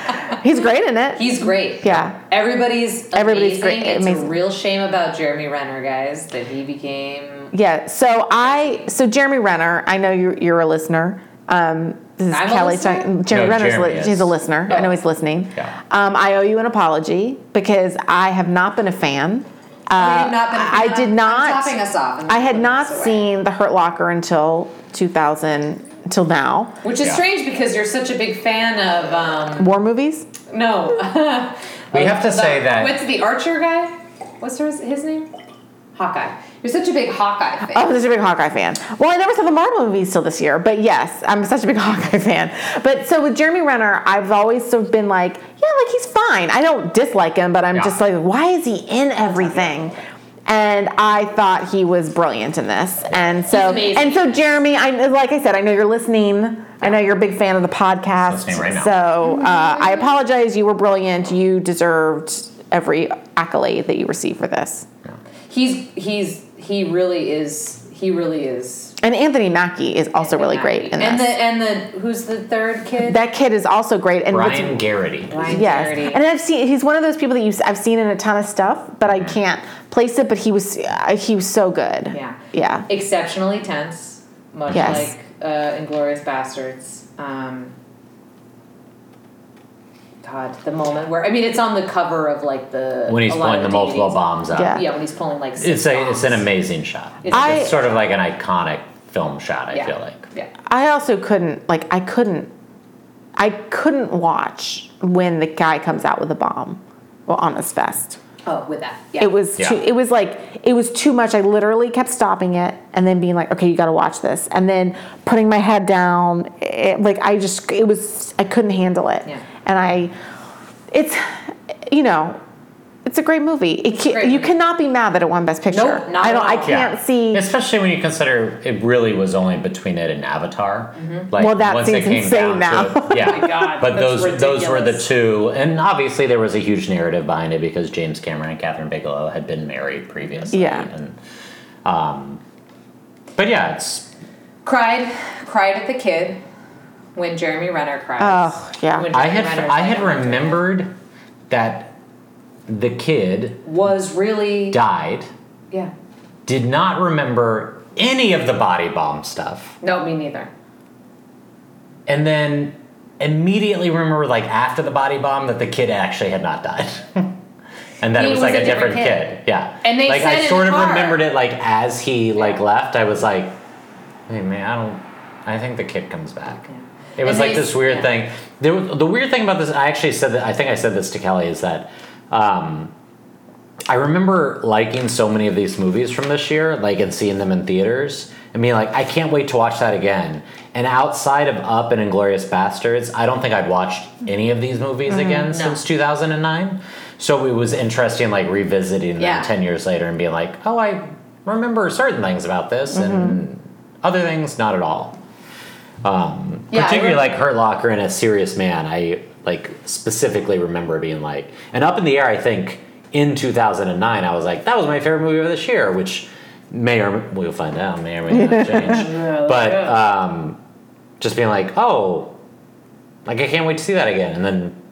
Speaker 5: He's great in it.
Speaker 6: He's great.
Speaker 5: yeah.
Speaker 6: Everybody's amazing.
Speaker 5: Everybody's great-
Speaker 6: It's
Speaker 5: amazing.
Speaker 6: a real shame about Jeremy Renner, guys, that he became.
Speaker 5: Yeah. So I so Jeremy Renner, I know you're you're a listener. Um this is
Speaker 6: I'm a
Speaker 5: Kelly
Speaker 6: listener?
Speaker 5: talking- Jeremy
Speaker 7: No,
Speaker 5: Renner's
Speaker 7: Jeremy
Speaker 5: li-
Speaker 7: is.
Speaker 5: he's a listener. I
Speaker 6: Oh.
Speaker 5: know he's listening.
Speaker 7: Yeah.
Speaker 5: Um, I owe you an apology because I have not been a fan.
Speaker 9: you have not been." a fan
Speaker 5: Uh, I
Speaker 9: of-
Speaker 5: did
Speaker 9: I'm
Speaker 5: not-
Speaker 9: topping us off. I'm
Speaker 5: I had
Speaker 9: putting
Speaker 5: not
Speaker 9: this away.
Speaker 5: seen The Hurt Locker until 2000 till now.
Speaker 6: Which is
Speaker 7: Yeah.
Speaker 6: strange because you're such a big fan of. Um,
Speaker 5: War movies?
Speaker 6: no.
Speaker 7: We have to
Speaker 6: The-
Speaker 7: say that-
Speaker 6: What's the Archer guy? What's his, his name? Hawkeye. You're such a big Hawkeye fan.
Speaker 5: Oh, I'm such a big Hawkeye fan. Well, I never saw the Marvel movies till this year, but yes, I'm such a big Hawkeye fan. But so with Jeremy Renner, I've always sort of been like, yeah, like he's fine. I don't dislike him, but I'm
Speaker 7: Yeah.
Speaker 5: just like, why is he in everything? And I thought he was brilliant in this. And so,
Speaker 6: He's amazing.
Speaker 5: and so Jeremy, I like I said, I know you're listening. I know you're a big fan of the podcast.
Speaker 7: Listening right now.
Speaker 5: So uh, I apologize. You were brilliant. You deserved every accolade that you received for this.
Speaker 6: He's he's he really is he really is
Speaker 5: And Anthony Mackie is also really great in this.
Speaker 6: and the and the who's the third kid?
Speaker 5: That kid is also great, and what's-
Speaker 7: Brian Garrity.
Speaker 6: Ryan
Speaker 5: yes,
Speaker 6: Garrity.
Speaker 5: and I've seen he's one of those people that you I've seen in a ton of stuff, but I can't place it. But he was uh, he was so good.
Speaker 6: Yeah.
Speaker 5: yeah,
Speaker 6: exceptionally tense, much
Speaker 5: Yes.
Speaker 6: like uh, Inglorious Bastards. Um, God, the moment where I mean, it's on the cover of like the
Speaker 7: When he's
Speaker 6: a lot
Speaker 7: pulling
Speaker 6: of
Speaker 7: the multiple
Speaker 6: DVDs.
Speaker 7: bombs out.
Speaker 5: Yeah.
Speaker 6: Yeah, when he's pulling like six
Speaker 7: It's a, it's an
Speaker 6: bombs.
Speaker 7: amazing shot. It's,
Speaker 6: I-
Speaker 7: sort of like an iconic film shot, I
Speaker 6: Yeah.
Speaker 7: feel like.
Speaker 6: Yeah,
Speaker 5: I also couldn't like I couldn't I couldn't watch when the guy comes out with a bomb. Well, on his vest,
Speaker 6: oh, with that, yeah.
Speaker 5: it was
Speaker 7: Yeah.
Speaker 5: too. It was like it was too much. I literally kept stopping it and then being like, "Okay, you got to watch this," and then putting my head down. It, like I just, it was. I couldn't handle it,
Speaker 6: Yeah.
Speaker 5: and I it's you know it's a great movie. It can,
Speaker 6: Great
Speaker 5: you
Speaker 6: movie.
Speaker 5: cannot be mad that it won Best Picture.
Speaker 6: Nope, not
Speaker 5: I don't.
Speaker 6: at
Speaker 5: I
Speaker 6: all.
Speaker 5: can't see.
Speaker 7: Especially when you consider it really was only between it and Avatar. Like
Speaker 5: Mm-hmm. Well, that
Speaker 7: once it
Speaker 5: seems
Speaker 7: came
Speaker 5: insane
Speaker 7: down
Speaker 5: now. Oh
Speaker 7: To, it- yeah,
Speaker 6: Oh my God,
Speaker 7: but
Speaker 6: that's
Speaker 7: those those were the
Speaker 6: ridiculous.
Speaker 7: two, and obviously there was a huge narrative behind it because James Cameron and Catherine Bigelow had been married previously.
Speaker 5: Yeah.
Speaker 7: and um, but yeah, it's
Speaker 6: cried, cried at the kid when Jeremy Renner cries.
Speaker 5: Oh yeah.
Speaker 6: When
Speaker 7: I
Speaker 6: Jeremy
Speaker 7: had
Speaker 6: Renner's
Speaker 7: I
Speaker 6: like,
Speaker 7: had
Speaker 6: "I'm not doing it."
Speaker 7: remembered that the kid
Speaker 6: was really
Speaker 7: died.
Speaker 6: yeah.
Speaker 7: Did not remember any of the body bomb stuff.
Speaker 6: No, me neither.
Speaker 7: and then immediately remember like after the body bomb that the kid actually had not died and that
Speaker 6: He
Speaker 7: it was,
Speaker 6: was
Speaker 7: like
Speaker 6: a
Speaker 7: a different,
Speaker 6: different
Speaker 7: kid. yeah
Speaker 6: And they
Speaker 7: like
Speaker 6: said in
Speaker 7: i
Speaker 6: the
Speaker 7: sort of
Speaker 6: car-
Speaker 7: remembered it like as he like left i was like hey man i don't i think the kid comes back it was
Speaker 6: And
Speaker 7: like
Speaker 6: they-
Speaker 7: this weird
Speaker 6: yeah.
Speaker 7: thing there, was- the weird thing about this i actually said that i think i said this to kelly is that um, I remember liking so many of these movies from this year, like and seeing them in theaters, and being like, I can't wait to watch that again. And outside of Up and Inglorious Bastards, I don't think I'd watched any of these movies again since 2009. So it was interesting, like revisiting
Speaker 6: Yeah.
Speaker 7: them 10 years later and being like, oh, I remember certain things about this, and other things, not at all. Um,
Speaker 6: Yeah, I remember-
Speaker 7: particularly like Hurt Locker and A Serious Man, I like specifically remember being like, and Up in the Air, I think in 2009, I was like, that was my favorite movie of this year, which may or we'll find out, may or may not change. but um, just being like, oh, like I can't wait to see that again. And then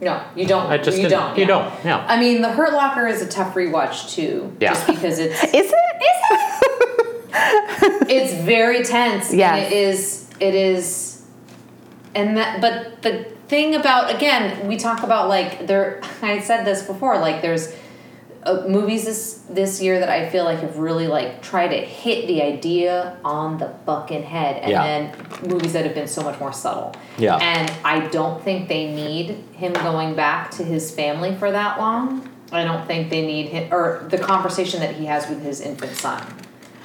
Speaker 6: No, you don't.
Speaker 7: I just
Speaker 6: you
Speaker 7: didn't.
Speaker 6: don't.
Speaker 7: You
Speaker 6: yeah.
Speaker 7: don't, yeah.
Speaker 6: I mean, The Hurt Locker is a tough rewatch too.
Speaker 7: Yeah.
Speaker 6: Just because it's
Speaker 5: is it? Is it?
Speaker 6: it's very tense. and
Speaker 5: Yes.
Speaker 6: It is. It is. And that, but the thing about again, we talk about like there. I said this before. Like there's uh, movies this this year that I feel like have really like tried to hit the idea on the fucking head, and
Speaker 7: Yeah.
Speaker 6: then movies that have been so much more subtle.
Speaker 7: Yeah.
Speaker 6: And I don't think they need him going back to his family for that long. I don't think they need him or the conversation that he has with his infant son.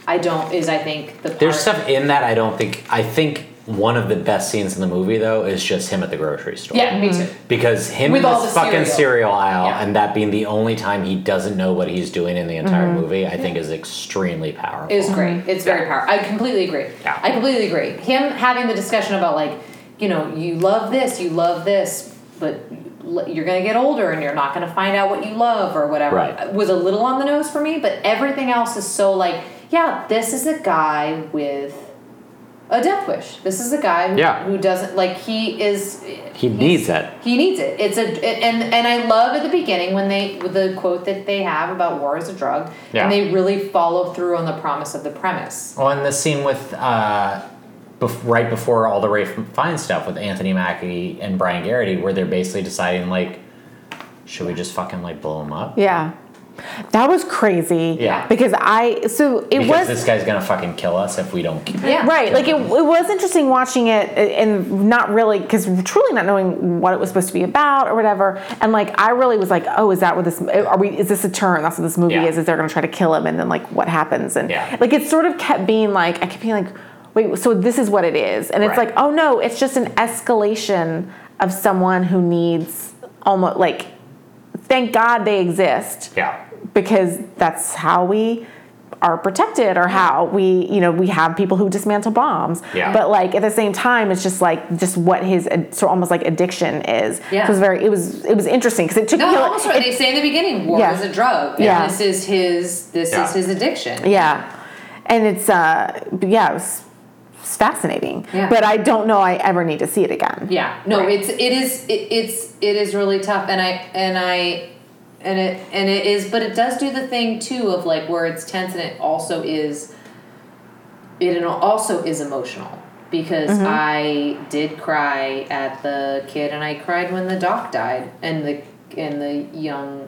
Speaker 6: I don't is I think the
Speaker 7: There's
Speaker 6: part-
Speaker 7: stuff in that I don't think. I think one of the best scenes in the movie though is just him at the grocery store.
Speaker 6: Yeah, me too.
Speaker 7: Because him
Speaker 6: With
Speaker 7: in
Speaker 6: all
Speaker 7: this
Speaker 6: the
Speaker 7: fucking
Speaker 6: cereal.
Speaker 7: cereal aisle
Speaker 6: Yeah.
Speaker 7: and that being the only time he doesn't know what he's doing in the entire movie, I think is extremely powerful.
Speaker 6: Mm-hmm. is great. It's very powerful. I completely agree.
Speaker 7: Yeah.
Speaker 6: I completely agree. Him having the discussion about like, you know, you love this, you love this, but l- you're going to get older and you're not going to find out what you love or whatever
Speaker 7: Right.
Speaker 6: was a little on the nose for me, but everything else is so like, yeah, this is a guy with a death wish. This is a guy who,
Speaker 7: Yeah.
Speaker 6: who doesn't like he is
Speaker 7: He
Speaker 6: he's-
Speaker 7: needs it.
Speaker 6: He needs it. It's a and and I love at the beginning when they with the quote that they have about war is a drug
Speaker 7: Yeah.
Speaker 6: and they really follow through on the promise of the premise.
Speaker 7: On the scene with uh, bef- right before all the Ray Fine stuff with Anthony Mackie and Brian Garrity, where they're basically deciding like, should we just fucking like blow him up?
Speaker 5: Yeah. That was crazy.
Speaker 7: Yeah.
Speaker 5: Because I so it
Speaker 7: Because
Speaker 5: was
Speaker 7: this guy's gonna fucking kill us if we don't. keep
Speaker 6: Yeah.
Speaker 5: Right, like it, it was interesting watching it uh, and not really, because truly not knowing what it was supposed to be about or whatever. And like, I really was like, oh, is that what this, are we, is this a turn? That's what this movie
Speaker 7: Yeah.
Speaker 5: is, is they're going to try to kill him and then like what happens? And
Speaker 7: Yeah.
Speaker 5: like, it sort of kept being like, I kept being like, wait, so this is what it is. And it's
Speaker 7: Right.
Speaker 5: like, oh no, it's just an escalation of someone who needs almost like, thank God they exist
Speaker 7: Yeah.
Speaker 5: because that's how we are protected or how we you know we have people who dismantle bombs
Speaker 7: Yeah.
Speaker 5: but like at the same time it's just like just what his ad- so almost like addiction is
Speaker 6: Yeah.
Speaker 5: so it was very it was it was interesting because it took
Speaker 6: No,
Speaker 5: you know,
Speaker 6: almost right.
Speaker 5: it-
Speaker 6: They say in the beginning, war
Speaker 5: Yeah.
Speaker 6: is a drug. And
Speaker 5: Yeah.
Speaker 6: This is his. This
Speaker 7: Yeah.
Speaker 6: is his addiction.
Speaker 5: yeah and it's uh yeah it was it's fascinating
Speaker 6: Yeah.
Speaker 5: but i don't know i ever need to see it again
Speaker 6: Yeah. No, it's it is it, it's it is really tough and I and I and it and it is but it does do the thing too of like where it's tense and it also is it also is emotional because
Speaker 5: Mm-hmm.
Speaker 6: I did cry at the kid and I cried when the doc died and the and the young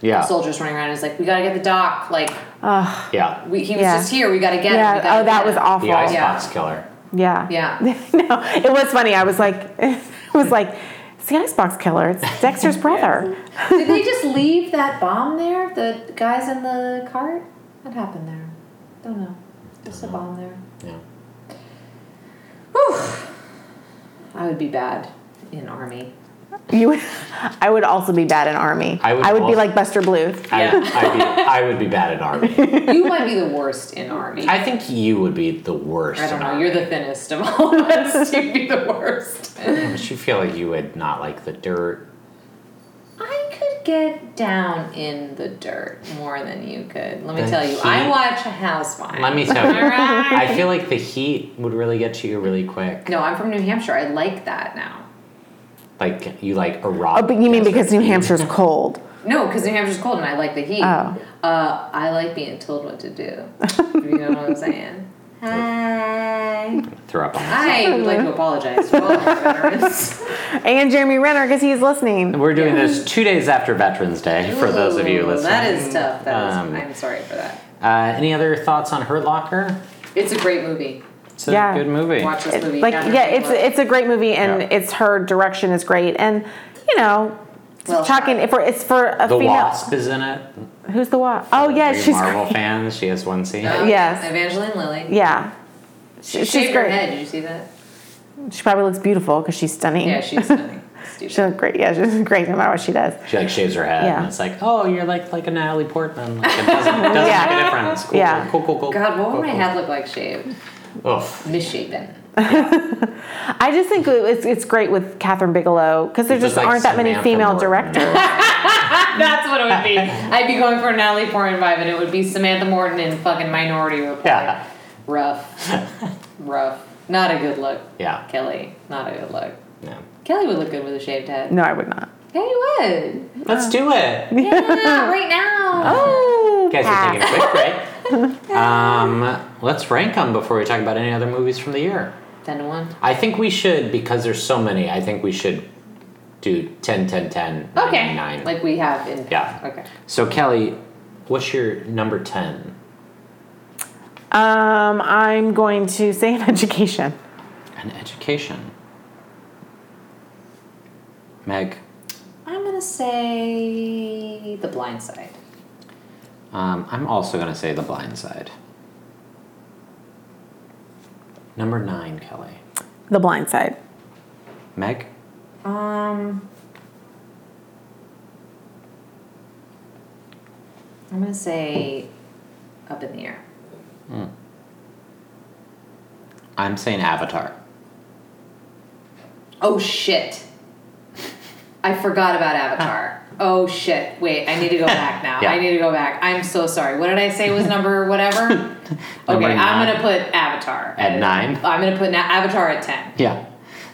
Speaker 7: Yeah.
Speaker 6: soldiers running around is like we got to get the doc like
Speaker 7: yeah.
Speaker 6: we, he was
Speaker 5: Yeah.
Speaker 6: just here we got to get him we
Speaker 5: yeah
Speaker 6: gotta
Speaker 5: oh that
Speaker 6: get
Speaker 5: was
Speaker 6: him."
Speaker 5: awful
Speaker 7: The
Speaker 5: yeah
Speaker 7: icebox
Speaker 6: Yeah.
Speaker 7: killer.
Speaker 5: yeah,
Speaker 6: Yeah.
Speaker 5: no it was funny i was like it was like it's the icebox killer it's dexter's brother
Speaker 6: Did they just leave that bomb there? The guys in the cart? What happened there? Don't know. Just a bomb there.
Speaker 7: Yeah.
Speaker 6: Whew. I would be bad in army.
Speaker 5: You, would- I would also be bad in army.
Speaker 7: I would
Speaker 5: be
Speaker 7: also-
Speaker 5: like Buster Bluth.
Speaker 7: I, I'd be, I would be bad at army.
Speaker 6: You might be the worst in army. I,
Speaker 7: I think you would be the worst.
Speaker 6: don't
Speaker 7: in
Speaker 6: know.
Speaker 7: army.
Speaker 6: You're the thinnest of all of us. You'd be the worst.
Speaker 7: Don't you feel like you would not like the dirt?
Speaker 6: I could get down in the dirt more than you could. Let me
Speaker 7: The
Speaker 6: tell you. I
Speaker 7: heat.
Speaker 6: watch Housewives.
Speaker 7: Let me tell you.
Speaker 6: Alright.
Speaker 7: I feel like the heat would really get to you really quick.
Speaker 6: No, I'm from New Hampshire. I like that now.
Speaker 7: Like you like erupt.
Speaker 5: Oh, but you mean
Speaker 7: as a
Speaker 5: because New
Speaker 7: heat.
Speaker 5: Hampshire's cold?
Speaker 6: No, because New Hampshire's cold and I like the heat.
Speaker 5: Oh.
Speaker 6: Uh, I like being told what to do. you know what I'm saying? Hi.
Speaker 7: Throw up on that.
Speaker 6: I would like to apologize to all of our veterans.
Speaker 5: And Jeremy Renner because he's listening.
Speaker 7: We're doing this two days after Veterans Day for those of you
Speaker 6: Ooh,
Speaker 7: listening.
Speaker 6: That is tough. That is,
Speaker 7: Um,
Speaker 6: I'm sorry for that.
Speaker 7: Uh, any other thoughts on Hurt Locker?
Speaker 6: It's a great movie.
Speaker 7: It's a
Speaker 5: Yeah.
Speaker 7: good movie.
Speaker 6: Watch this movie.
Speaker 5: Like
Speaker 6: Catherine
Speaker 5: yeah, it's
Speaker 6: Bigelow.
Speaker 5: it's a great movie and
Speaker 7: Yeah.
Speaker 5: it's her direction is great and you know.
Speaker 6: Well
Speaker 5: talking if for it's for a
Speaker 7: The
Speaker 5: female.
Speaker 7: Wasp is in it.
Speaker 5: Who's the wasp? Oh yeah,
Speaker 7: Are you
Speaker 5: she's
Speaker 7: Marvel
Speaker 5: great.
Speaker 7: fans. She has one scene.
Speaker 6: Uh,
Speaker 5: yes.
Speaker 6: Evangeline Lilly.
Speaker 5: Yeah, she,
Speaker 6: She
Speaker 5: she's
Speaker 6: shaved her
Speaker 5: great.
Speaker 6: head. Did you see that?
Speaker 5: She probably looks beautiful because she's stunning.
Speaker 6: Yeah, she's stunning.
Speaker 5: she
Speaker 6: Stupid.
Speaker 5: looks great. Yeah, she's great no matter what she does.
Speaker 7: She like shaves her head,
Speaker 5: Yeah.
Speaker 7: and it's like, oh, you're like like a Natalie Portman. Like it doesn't, doesn't make a difference. Cool,
Speaker 5: Yeah.
Speaker 7: cool, cool, cool.
Speaker 6: God, what
Speaker 7: cool,
Speaker 6: would my
Speaker 7: cool.
Speaker 6: head look like shaved?
Speaker 7: Oof.
Speaker 6: Misshapen.
Speaker 5: I just think it's it's great with Catherine Bigelow because there
Speaker 7: It's
Speaker 5: just,
Speaker 7: like
Speaker 5: aren't that many
Speaker 7: Samantha
Speaker 5: female
Speaker 7: Morton.
Speaker 5: directors.
Speaker 6: That's what it would be. I'd be going for a Natalie Portman vibe, and it would be Samantha Morton in fucking Minority Report.
Speaker 7: Yeah.
Speaker 6: Rough. Rough. Not a good look.
Speaker 7: Yeah.
Speaker 6: Kelly, not a good look.
Speaker 7: No.
Speaker 6: Kelly would look good with a shaved head.
Speaker 5: No, I would not.
Speaker 6: Yeah, you would.
Speaker 7: Let's do it.
Speaker 6: Yeah, right now.
Speaker 5: Oh,
Speaker 7: Guys,
Speaker 5: pass.
Speaker 7: we're taking a quick break. Um, let's rank them before we talk about any other movies from the year.
Speaker 6: Ten to one.
Speaker 7: I think we should because there's so many. I think we should do 10, 10, 10,
Speaker 6: Okay.
Speaker 7: 9.
Speaker 6: Like we have in.
Speaker 7: Yeah.
Speaker 6: Okay.
Speaker 7: so, Kelly, what's your number 10?
Speaker 5: Um, I'm going to say an education.
Speaker 7: An education. Meg,
Speaker 6: I'm gonna say the blind side.
Speaker 7: um, I'm also going to say the blind side. Number 9, Kelly.
Speaker 5: The blind side.
Speaker 7: Meg?
Speaker 6: Um. I'm gonna say up in the air.
Speaker 7: I'm saying Avatar.
Speaker 6: Oh shit. I forgot about Avatar. Oh shit. Wait, I need to go back now.
Speaker 7: Yeah.
Speaker 6: I need to go back. I'm so sorry. What did I say was number whatever? okay,
Speaker 7: Number
Speaker 6: I'm
Speaker 7: nine.
Speaker 6: going to put Avatar
Speaker 7: At nine?
Speaker 6: I'm going to put na- Avatar at 10.
Speaker 7: Yeah.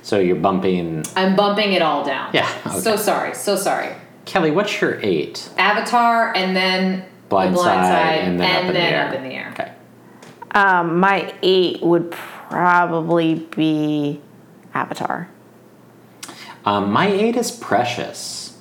Speaker 7: So you're bumping.
Speaker 6: I'm bumping it all down.
Speaker 7: Yeah,
Speaker 6: So
Speaker 7: okay.
Speaker 6: sorry. So sorry.
Speaker 7: Kelly, what's your 8?
Speaker 6: Avatar and then
Speaker 7: Blind
Speaker 6: the blind
Speaker 7: Side,
Speaker 6: side,
Speaker 7: and then Up in the Air.
Speaker 6: Up in the air.
Speaker 7: Okay.
Speaker 5: Um, my eight would probably be Avatar.
Speaker 7: Um, my eight is precious.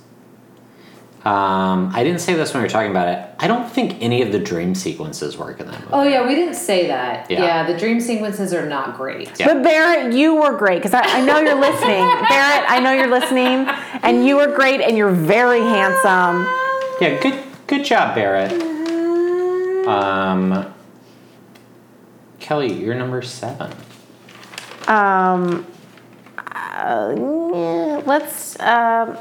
Speaker 7: Um, I didn't say this when we were talking about it. I don't think any of the dream sequences work in that movie.
Speaker 6: Oh yeah, we didn't say that.
Speaker 7: Yeah.
Speaker 6: Yeah, the dream sequences are not great.
Speaker 7: Yeah.
Speaker 5: But Barrett, you were great because I, I know you're listening. Barrett, I know you're listening, and you were great, and you're very handsome.
Speaker 7: Yeah, good good job, Barrett. Um, Kelly, you're number seven.
Speaker 5: Um, uh, yeah, let's. um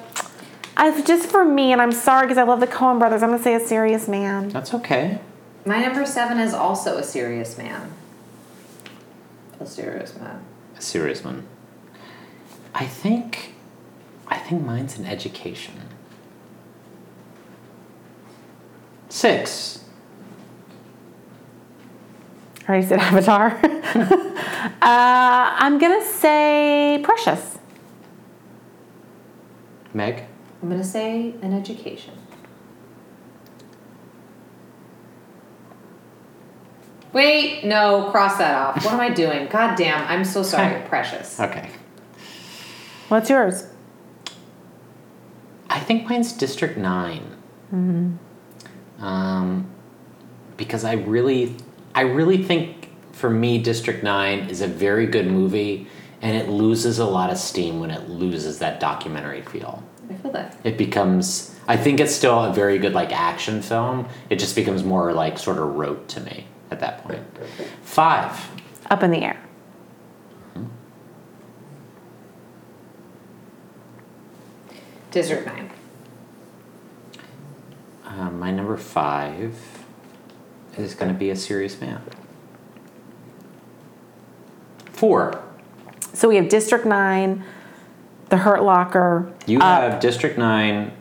Speaker 5: i just for me, and I'm sorry because I love the Coen Brothers. I'm gonna say a serious man.
Speaker 7: That's okay.
Speaker 6: My number seven is also a serious man. A serious man.
Speaker 7: A serious one. I think I think mine's an education. Six.
Speaker 5: I already said Avatar. uh, I'm gonna say Precious.
Speaker 7: Meg?
Speaker 6: I'm gonna say an education. Wait, no, cross that off. What am I doing? God damn, I'm so sorry, precious.
Speaker 7: Okay.
Speaker 5: What's yours?
Speaker 7: I think mine's District 9. Um, because I really, I really think for me, District 9 is a very good movie and it loses a lot of steam when it loses that documentary feel.
Speaker 6: I feel that.
Speaker 7: It becomes, I think it's still a very good like action film. It just becomes more like sort of rote to me at that point. Five.
Speaker 5: Up in the air.
Speaker 6: District 9.
Speaker 7: Uh, my number five is going to be A Serious Man. Four.
Speaker 5: So we have District Nine, The Hurt Locker.
Speaker 7: You
Speaker 5: Up.
Speaker 7: have District Nine,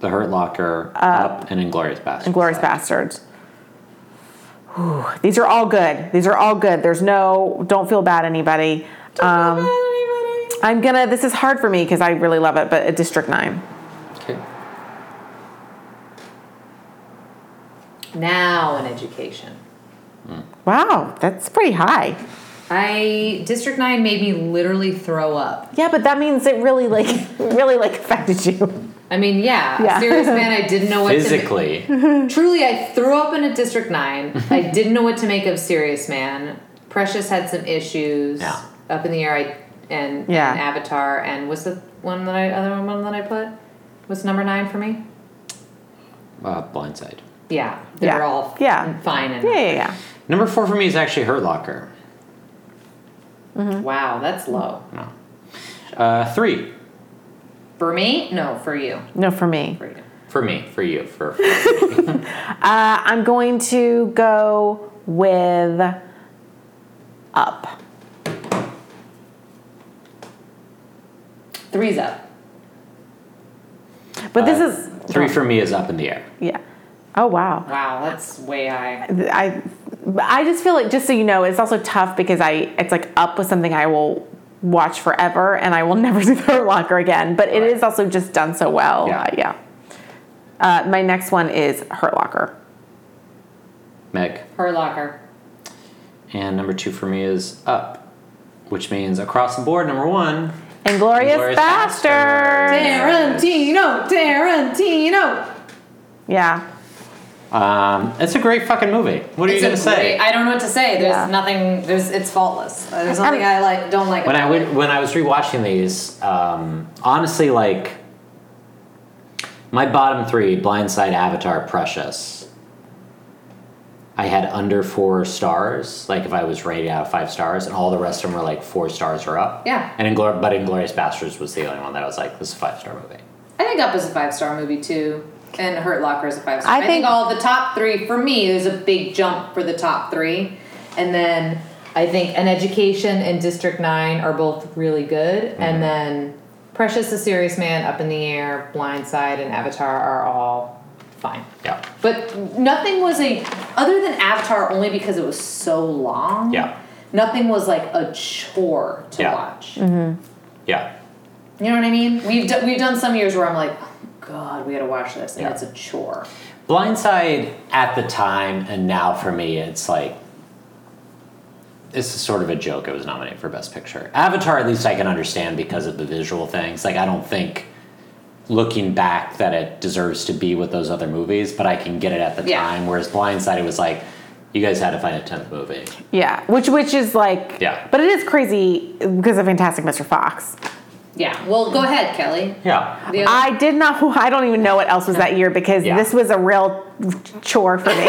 Speaker 7: The Hurt Locker, Up, and Inglorious Bastards.
Speaker 5: Glorious Bastards. Whew, these are all good. These are all good. There's no, don't feel bad, anybody. Um, I'm gonna, this is hard for me because I really love it, but a District 9.
Speaker 7: Okay.
Speaker 6: Now an education.
Speaker 5: Wow, that's pretty high.
Speaker 6: I District 9 made me literally throw up.
Speaker 5: Yeah, but that means it really like, really like affected you.
Speaker 6: I mean, yeah,
Speaker 5: Yeah.
Speaker 6: a serious man, I didn't know what to do.
Speaker 7: Physically,
Speaker 6: Truly, I threw up in a District 9.
Speaker 7: Mm-hmm.
Speaker 6: I didn't know what to make of Serious Man. Precious had some issues.
Speaker 7: Yeah.
Speaker 6: Up in the air, I, and,
Speaker 5: Yeah.
Speaker 6: and Avatar. And was the one that I, other one that I put? Was number nine for me?
Speaker 7: uh, Blindside.
Speaker 6: Yeah. They
Speaker 5: Yeah.
Speaker 6: were all
Speaker 5: Yeah.
Speaker 6: fine. And,
Speaker 5: Yeah, yeah, yeah.
Speaker 7: Number four for me is actually Hurt Locker.
Speaker 6: Wow, that's low.
Speaker 7: No. Uh, three
Speaker 6: For me? No, for you.
Speaker 5: No, for me.
Speaker 6: For you.
Speaker 7: for me, for you, for
Speaker 5: Uh, I'm going to go with Up.
Speaker 6: Three's up.
Speaker 5: But this
Speaker 7: Uh,
Speaker 5: is,
Speaker 7: three for me is Up in the Air.
Speaker 5: yeah. Oh, wow.
Speaker 6: Wow, that's way high.
Speaker 5: I I just feel like just so you know, it's also tough because I it's like up with something I will watch forever and I will never see the Hurt Locker again. But it is also just done so well.
Speaker 7: Yeah.
Speaker 5: Uh, yeah. Uh, my next one is Hurt Locker.
Speaker 7: Meg.
Speaker 6: Her locker.
Speaker 7: And number two for me is Up, which means across the board, number one,
Speaker 5: Inglorious,
Speaker 7: Inglourious
Speaker 5: Bastard.
Speaker 7: Basterds.
Speaker 9: Tarantino, Tarantino.
Speaker 5: Yeah.
Speaker 7: Um, it's a great fucking movie. What are you
Speaker 6: It's
Speaker 7: gonna
Speaker 6: a great-
Speaker 7: say?
Speaker 6: I don't know what to say. There's
Speaker 5: Yeah.
Speaker 6: nothing. There's it's faultless. There's nothing I like. Don't like.
Speaker 7: When I
Speaker 6: about it.
Speaker 7: would, when I was rewatching these, um, honestly, like my bottom three: Blindside, Avatar, Precious. I had under four stars, like if I was rated out of five stars, and all the rest of them were like four stars or up.
Speaker 6: Yeah.
Speaker 7: And Inglor- but Inglorious Bastards was the only one that I was like, this is a five star movie.
Speaker 6: I think Up is a five star movie too, and Hurt Locker is a five star.
Speaker 5: I
Speaker 6: I, think,
Speaker 5: think-
Speaker 6: all the top three for me there's a big jump for the top three, and then I think An Education and District Nine are both really good,
Speaker 7: Mm-hmm.
Speaker 6: and then Precious the Serious Man, Up in the Air, Blindside, and Avatar are all fine.
Speaker 7: Yeah.
Speaker 6: But nothing was a other than Avatar only because it was so long.
Speaker 7: Yeah.
Speaker 6: Nothing was like a chore to
Speaker 7: Yeah.
Speaker 6: watch.
Speaker 7: Yeah.
Speaker 6: You know what I mean? We've done we've done some years where I'm like, oh God, we got to watch this, and
Speaker 7: Yeah.
Speaker 6: it's a chore.
Speaker 7: Blindside at the time and now for me, it's like this is sort of a joke. It was nominated for Best Picture. Avatar, at least I can understand because of the visual things. Like I don't think looking back that it deserves to be with those other movies, but I can get it at the
Speaker 6: Yeah.
Speaker 7: time. Whereas Blindside, it was like you guys had to find a tenth movie.
Speaker 5: Yeah. Which which is like
Speaker 7: Yeah.
Speaker 5: But it is crazy because of Fantastic Mr. Fox.
Speaker 6: Yeah. Well, go ahead, Kelly.
Speaker 7: Yeah.
Speaker 6: The other-
Speaker 5: I did not I don't even know what else was that year because
Speaker 7: Yeah.
Speaker 5: this was a real chore for me.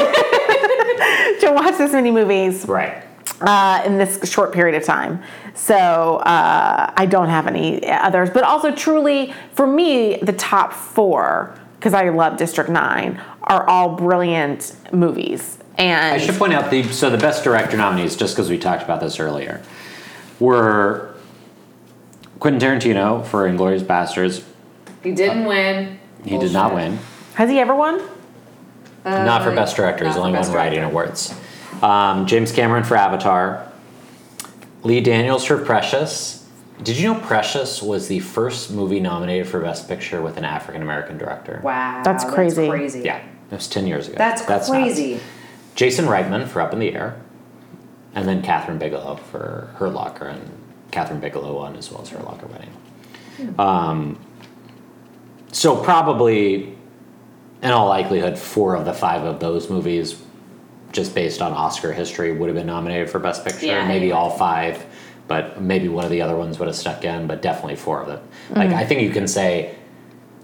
Speaker 5: to watch this many movies
Speaker 7: Right.
Speaker 5: uh, in this short period of time. So uh, I don't have any others. But also, truly, for me, the top four, because I love District 9, are all brilliant movies. And
Speaker 7: I should point out the so the best director nominees, just because we talked about this earlier, were Quentin Tarantino for *Inglorious Bastards*.
Speaker 6: he didn't win.
Speaker 7: Uh, He did not
Speaker 6: Bullshit.
Speaker 7: win,
Speaker 5: has he ever won?
Speaker 7: not for best director. He's
Speaker 6: Uh, not for
Speaker 7: only won
Speaker 6: Best
Speaker 7: writing
Speaker 6: Director.
Speaker 7: awards. Um, James Cameron for *Avatar*. Lee Daniels for *Precious*. Did you know *Precious* was the first movie nominated for Best Picture with an African American director?
Speaker 6: Wow.
Speaker 5: That's crazy.
Speaker 6: crazy.
Speaker 7: Yeah, that was ten years ago.
Speaker 6: That's,
Speaker 7: nuts.
Speaker 6: crazy.
Speaker 7: Jason Reitman for Up in the Air, and then Catherine Bigelow for Her Locker, and Catherine Bigelow won as well as Her Locker winning. Um,
Speaker 6: Hmm.
Speaker 7: so probably, in all likelihood, four of the five of those movies, just based on Oscar history, would have been nominated for Best Picture.
Speaker 6: Yeah.
Speaker 7: Maybe all five, but maybe one of the other ones would have stuck in. But definitely four of them.
Speaker 6: Hmm.
Speaker 7: Like I think you can say,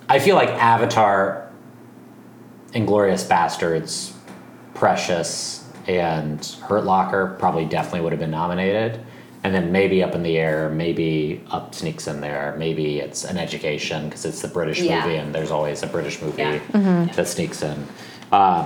Speaker 7: I feel like Avatar, Inglorious Bastards, Precious and Hurt Locker probably definitely would have been nominated. And then maybe Up in the Air, maybe Up sneaks in there, maybe it's an education because it's the British
Speaker 6: Yeah.
Speaker 7: movie and there's always a British movie
Speaker 6: Yeah.
Speaker 7: that sneaks in. Um,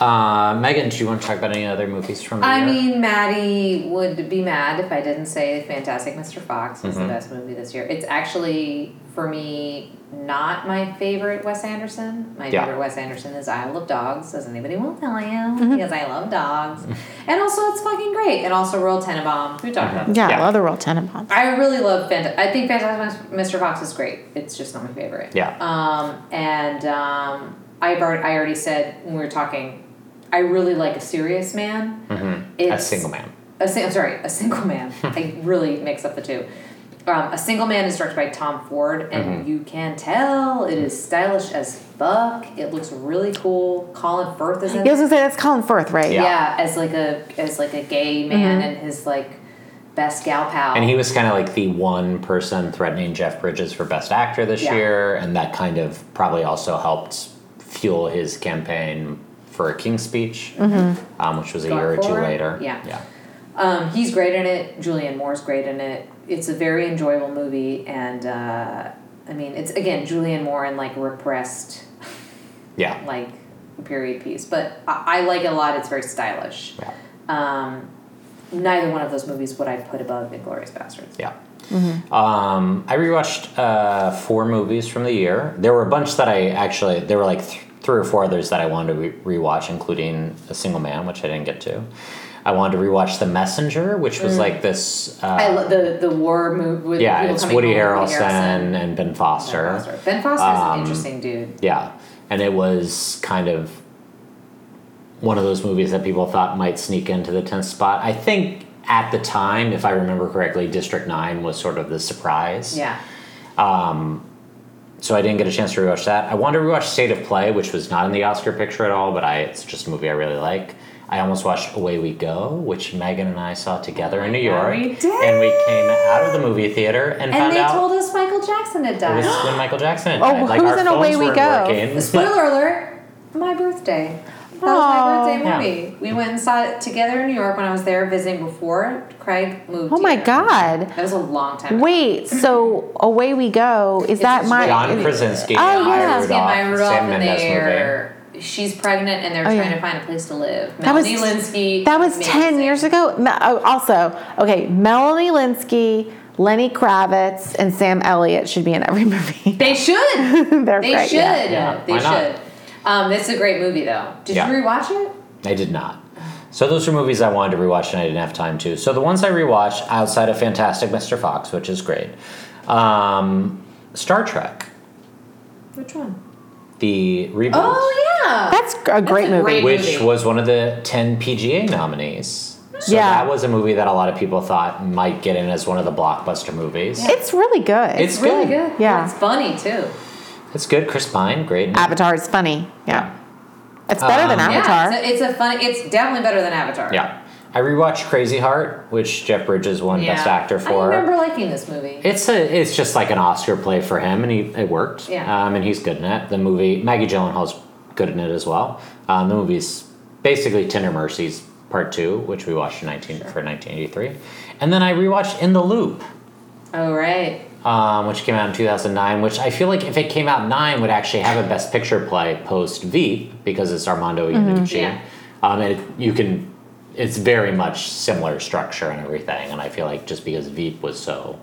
Speaker 7: uh, Megan, do you want to talk about any other movies from the
Speaker 6: I
Speaker 7: year?
Speaker 6: mean, Maddie would be mad if I didn't say Fantastic Mr. Fox was
Speaker 7: Mm-hmm.
Speaker 6: the best movie this year. It's actually, for me, not my favorite Wes Anderson. My
Speaker 7: Yeah.
Speaker 6: favorite Wes Anderson is Isle of Dogs, as anybody will tell you,
Speaker 7: Mm-hmm.
Speaker 6: because I love dogs. and also, it's fucking great. And also, Royal Tenenbaum. We talked about
Speaker 5: Yeah,
Speaker 7: Yeah.
Speaker 5: Love the World Tenenbaums.
Speaker 6: I really love Fantastic. I think Fantastic Mr. Fox is great. It's just not my favorite.
Speaker 7: Yeah.
Speaker 6: Um, and um, I've already, I already said when we were talking, I really like a serious man. Mm-hmm.
Speaker 7: A Single Man.
Speaker 6: A sing- I'm sorry, a single man. I really mix up the two. Um, a single man is directed by Tom Ford, and
Speaker 7: Mm-hmm.
Speaker 6: you can tell it is stylish as fuck. It looks really cool. Colin Firth is in
Speaker 5: Yeah, I
Speaker 6: it
Speaker 5: was gonna say that's Colin Firth, right?
Speaker 7: Yeah.
Speaker 6: yeah, as like a as like a gay man and his like best gal pal.
Speaker 7: And he was kind of like the one person threatening Jeff Bridges for Best Actor this
Speaker 6: Yeah.
Speaker 7: year, and that kind of probably also helped fuel his campaign for a King's Speech, um, which was
Speaker 6: Mm-hmm.
Speaker 7: a
Speaker 6: Going
Speaker 7: year or two
Speaker 6: forward?
Speaker 7: later.
Speaker 6: Yeah.
Speaker 7: yeah,
Speaker 6: Um, he's great in it. Julianne Moore's great in it. It's a very enjoyable movie, and uh, I mean, it's again Julianne Moore and like repressed
Speaker 7: yeah.
Speaker 6: like period piece, but I, I like it a lot. It's very stylish.
Speaker 7: Yeah.
Speaker 6: Um, neither one of those movies would I put above *Inglorious Bastards*.
Speaker 7: Yeah.
Speaker 6: Mm-hmm.
Speaker 7: Um, I rewatched uh, four movies from the year. There were a bunch that I actually, there were like th- three or four others that I wanted to re- rewatch, including A Single Man, which I didn't get to. I wanted to rewatch The Messenger, which was like this. Uh,
Speaker 6: Mm. I love the the war movie. With
Speaker 7: yeah,
Speaker 6: people
Speaker 7: it's
Speaker 6: coming
Speaker 7: Woody
Speaker 6: home,
Speaker 7: Harrelson,
Speaker 6: Woody Harrelson.
Speaker 7: and Ben Foster.
Speaker 6: Ben Foster. Ben Foster's
Speaker 7: Um,
Speaker 6: an interesting dude.
Speaker 7: Yeah, and it was kind of one of those movies that people thought might sneak into the tenth spot. I think at the time, if I remember correctly, District 9 was sort of the surprise.
Speaker 9: Yeah.
Speaker 7: So I didn't get a chance to rewatch that. I wanted to rewatch State of Play, which was not in the Oscar picture at all, but I it's just a movie I really like. I almost watched Away We Go, which Megan and I saw together in New York.
Speaker 6: Oh we
Speaker 7: And we came out of the movie theater and,
Speaker 6: And
Speaker 7: found
Speaker 6: they
Speaker 7: out
Speaker 6: told us Michael Jackson had
Speaker 7: it
Speaker 6: died.
Speaker 7: was when Michael Jackson had died. Like
Speaker 5: Oh, who's
Speaker 7: our
Speaker 5: in
Speaker 7: phones
Speaker 5: Away We
Speaker 7: weren't
Speaker 5: Go?
Speaker 7: working.
Speaker 6: Spoiler alert! My birthday. That was
Speaker 7: Aw.
Speaker 6: my birthday movie. We went and saw it together in New York when I was there visiting before Craig moved.
Speaker 5: Oh my
Speaker 6: here.
Speaker 5: God.
Speaker 6: That was a long time. ago.
Speaker 5: Wait, so away we go. Is that
Speaker 6: just
Speaker 5: my?
Speaker 7: John Krasinski
Speaker 5: Oh,
Speaker 7: and Maya
Speaker 5: yeah.
Speaker 6: Kristen and Maya
Speaker 7: Rudolph,
Speaker 6: Rudolph,
Speaker 7: Sam
Speaker 6: and
Speaker 7: Mendes movie.
Speaker 6: they're she's pregnant and they're
Speaker 5: Oh,
Speaker 6: trying
Speaker 5: yeah.
Speaker 6: to find a place to live.
Speaker 5: That was
Speaker 6: Melanie Linsky.
Speaker 5: That was
Speaker 6: amazing.
Speaker 5: ten years ago. Me- oh, Also, okay, Melanie Linsky, Lenny Kravitz, and Sam Elliott should be in every movie.
Speaker 6: They should.
Speaker 5: They're
Speaker 6: they
Speaker 5: great,
Speaker 6: should.
Speaker 5: yeah.
Speaker 7: Yeah,
Speaker 6: they
Speaker 7: why not?
Speaker 6: should. Um, it's a great movie though. Did
Speaker 7: Yeah.
Speaker 6: you rewatch it?
Speaker 7: I did not. So those are movies I wanted to rewatch and I didn't have time to. So the ones I rewatched outside of Fantastic Mr. Fox, which is great, um, Star Trek,
Speaker 6: Which one?
Speaker 7: the reboot,
Speaker 6: Oh yeah.
Speaker 5: That's a great
Speaker 6: a
Speaker 5: movie.
Speaker 6: great-
Speaker 7: which
Speaker 6: movie.
Speaker 7: was one of the ten PGA nominees. So
Speaker 5: Yeah.
Speaker 7: that was a movie that a lot of people thought might get in as one of the blockbuster movies.
Speaker 5: It's really good.
Speaker 7: It's,
Speaker 6: really good.
Speaker 5: Yeah.
Speaker 6: It's funny too.
Speaker 7: It's good. Chris Pine, great. in it.
Speaker 5: Avatar is funny. Yeah, it's better than
Speaker 7: Um,
Speaker 5: Avatar.
Speaker 6: Yeah, it's a, it's a funny. It's definitely better than Avatar.
Speaker 7: Yeah. I rewatched Crazy Heart, which Jeff Bridges won
Speaker 6: Yeah.
Speaker 7: Best Actor for.
Speaker 6: I remember liking this movie.
Speaker 7: It's a it's just like an Oscar play for him, and he it worked.
Speaker 6: Yeah.
Speaker 7: Um, and he's good in it. The movie Maggie Gyllenhaal's good in it as well. Um, the movie's basically Tender Mercies Part Two, which we watched in nineteen for nineteen eighty three, and then I rewatched In the Loop,
Speaker 6: oh right.
Speaker 7: um, which came out in two thousand nine. Which I feel like if it came out nine, would actually have a Best Picture play post Veep because it's Armando Iannucci.
Speaker 6: Mm-hmm. Yeah.
Speaker 7: Um, and it, you can. It's very much similar structure and everything, and I feel like just because Veep was so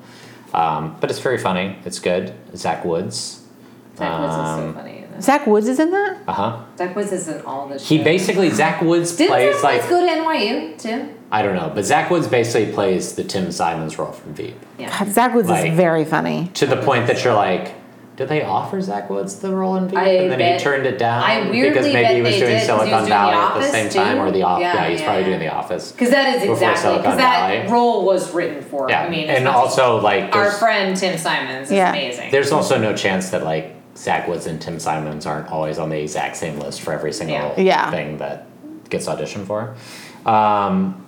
Speaker 7: um, but it's very funny. It's good. Zach Woods.
Speaker 6: Zach Woods is
Speaker 7: Um,
Speaker 6: so funny in this.
Speaker 5: Zach Woods is in that.
Speaker 7: Uh huh.
Speaker 6: Zach Woods is in all the.
Speaker 7: He
Speaker 6: shows.
Speaker 7: basically Zach Woods
Speaker 6: Didn't
Speaker 7: plays
Speaker 6: Zach
Speaker 7: like
Speaker 6: Woods go to NYU too?
Speaker 7: I don't know, but Zach Woods basically plays the Tim Simons role from Veep
Speaker 5: God, Zach Woods
Speaker 7: Like-
Speaker 5: is very funny.
Speaker 7: to the point that you're like, did they offer Zach Woods the role in Veep?
Speaker 6: I
Speaker 7: and then
Speaker 6: bet-
Speaker 7: he turned it down
Speaker 6: I
Speaker 7: because
Speaker 6: weirdly
Speaker 7: maybe
Speaker 6: bet
Speaker 7: he was
Speaker 6: they did,
Speaker 7: doing
Speaker 6: 'cause he was
Speaker 7: Silicon
Speaker 6: doing The
Speaker 7: Valley at the
Speaker 6: Office,
Speaker 7: same time or
Speaker 6: too.
Speaker 7: the Office.
Speaker 6: Yeah,
Speaker 7: Yeah, he's
Speaker 6: yeah,
Speaker 7: probably
Speaker 6: yeah.
Speaker 7: doing the Office.
Speaker 6: Because that is
Speaker 7: Before
Speaker 6: exactly
Speaker 7: Silicon
Speaker 6: because that
Speaker 7: Valley.
Speaker 6: role was written for.
Speaker 7: Yeah,
Speaker 6: I mean, it's
Speaker 7: and
Speaker 6: not-
Speaker 7: also like
Speaker 6: our
Speaker 7: there's-
Speaker 6: friend Tim Simons is
Speaker 5: Yeah.
Speaker 6: amazing.
Speaker 7: There's also no chance that like Zach Woods and Tim Simons aren't always on the exact same list for every single
Speaker 6: Yeah.
Speaker 5: Yeah.
Speaker 7: thing that gets auditioned for. Um,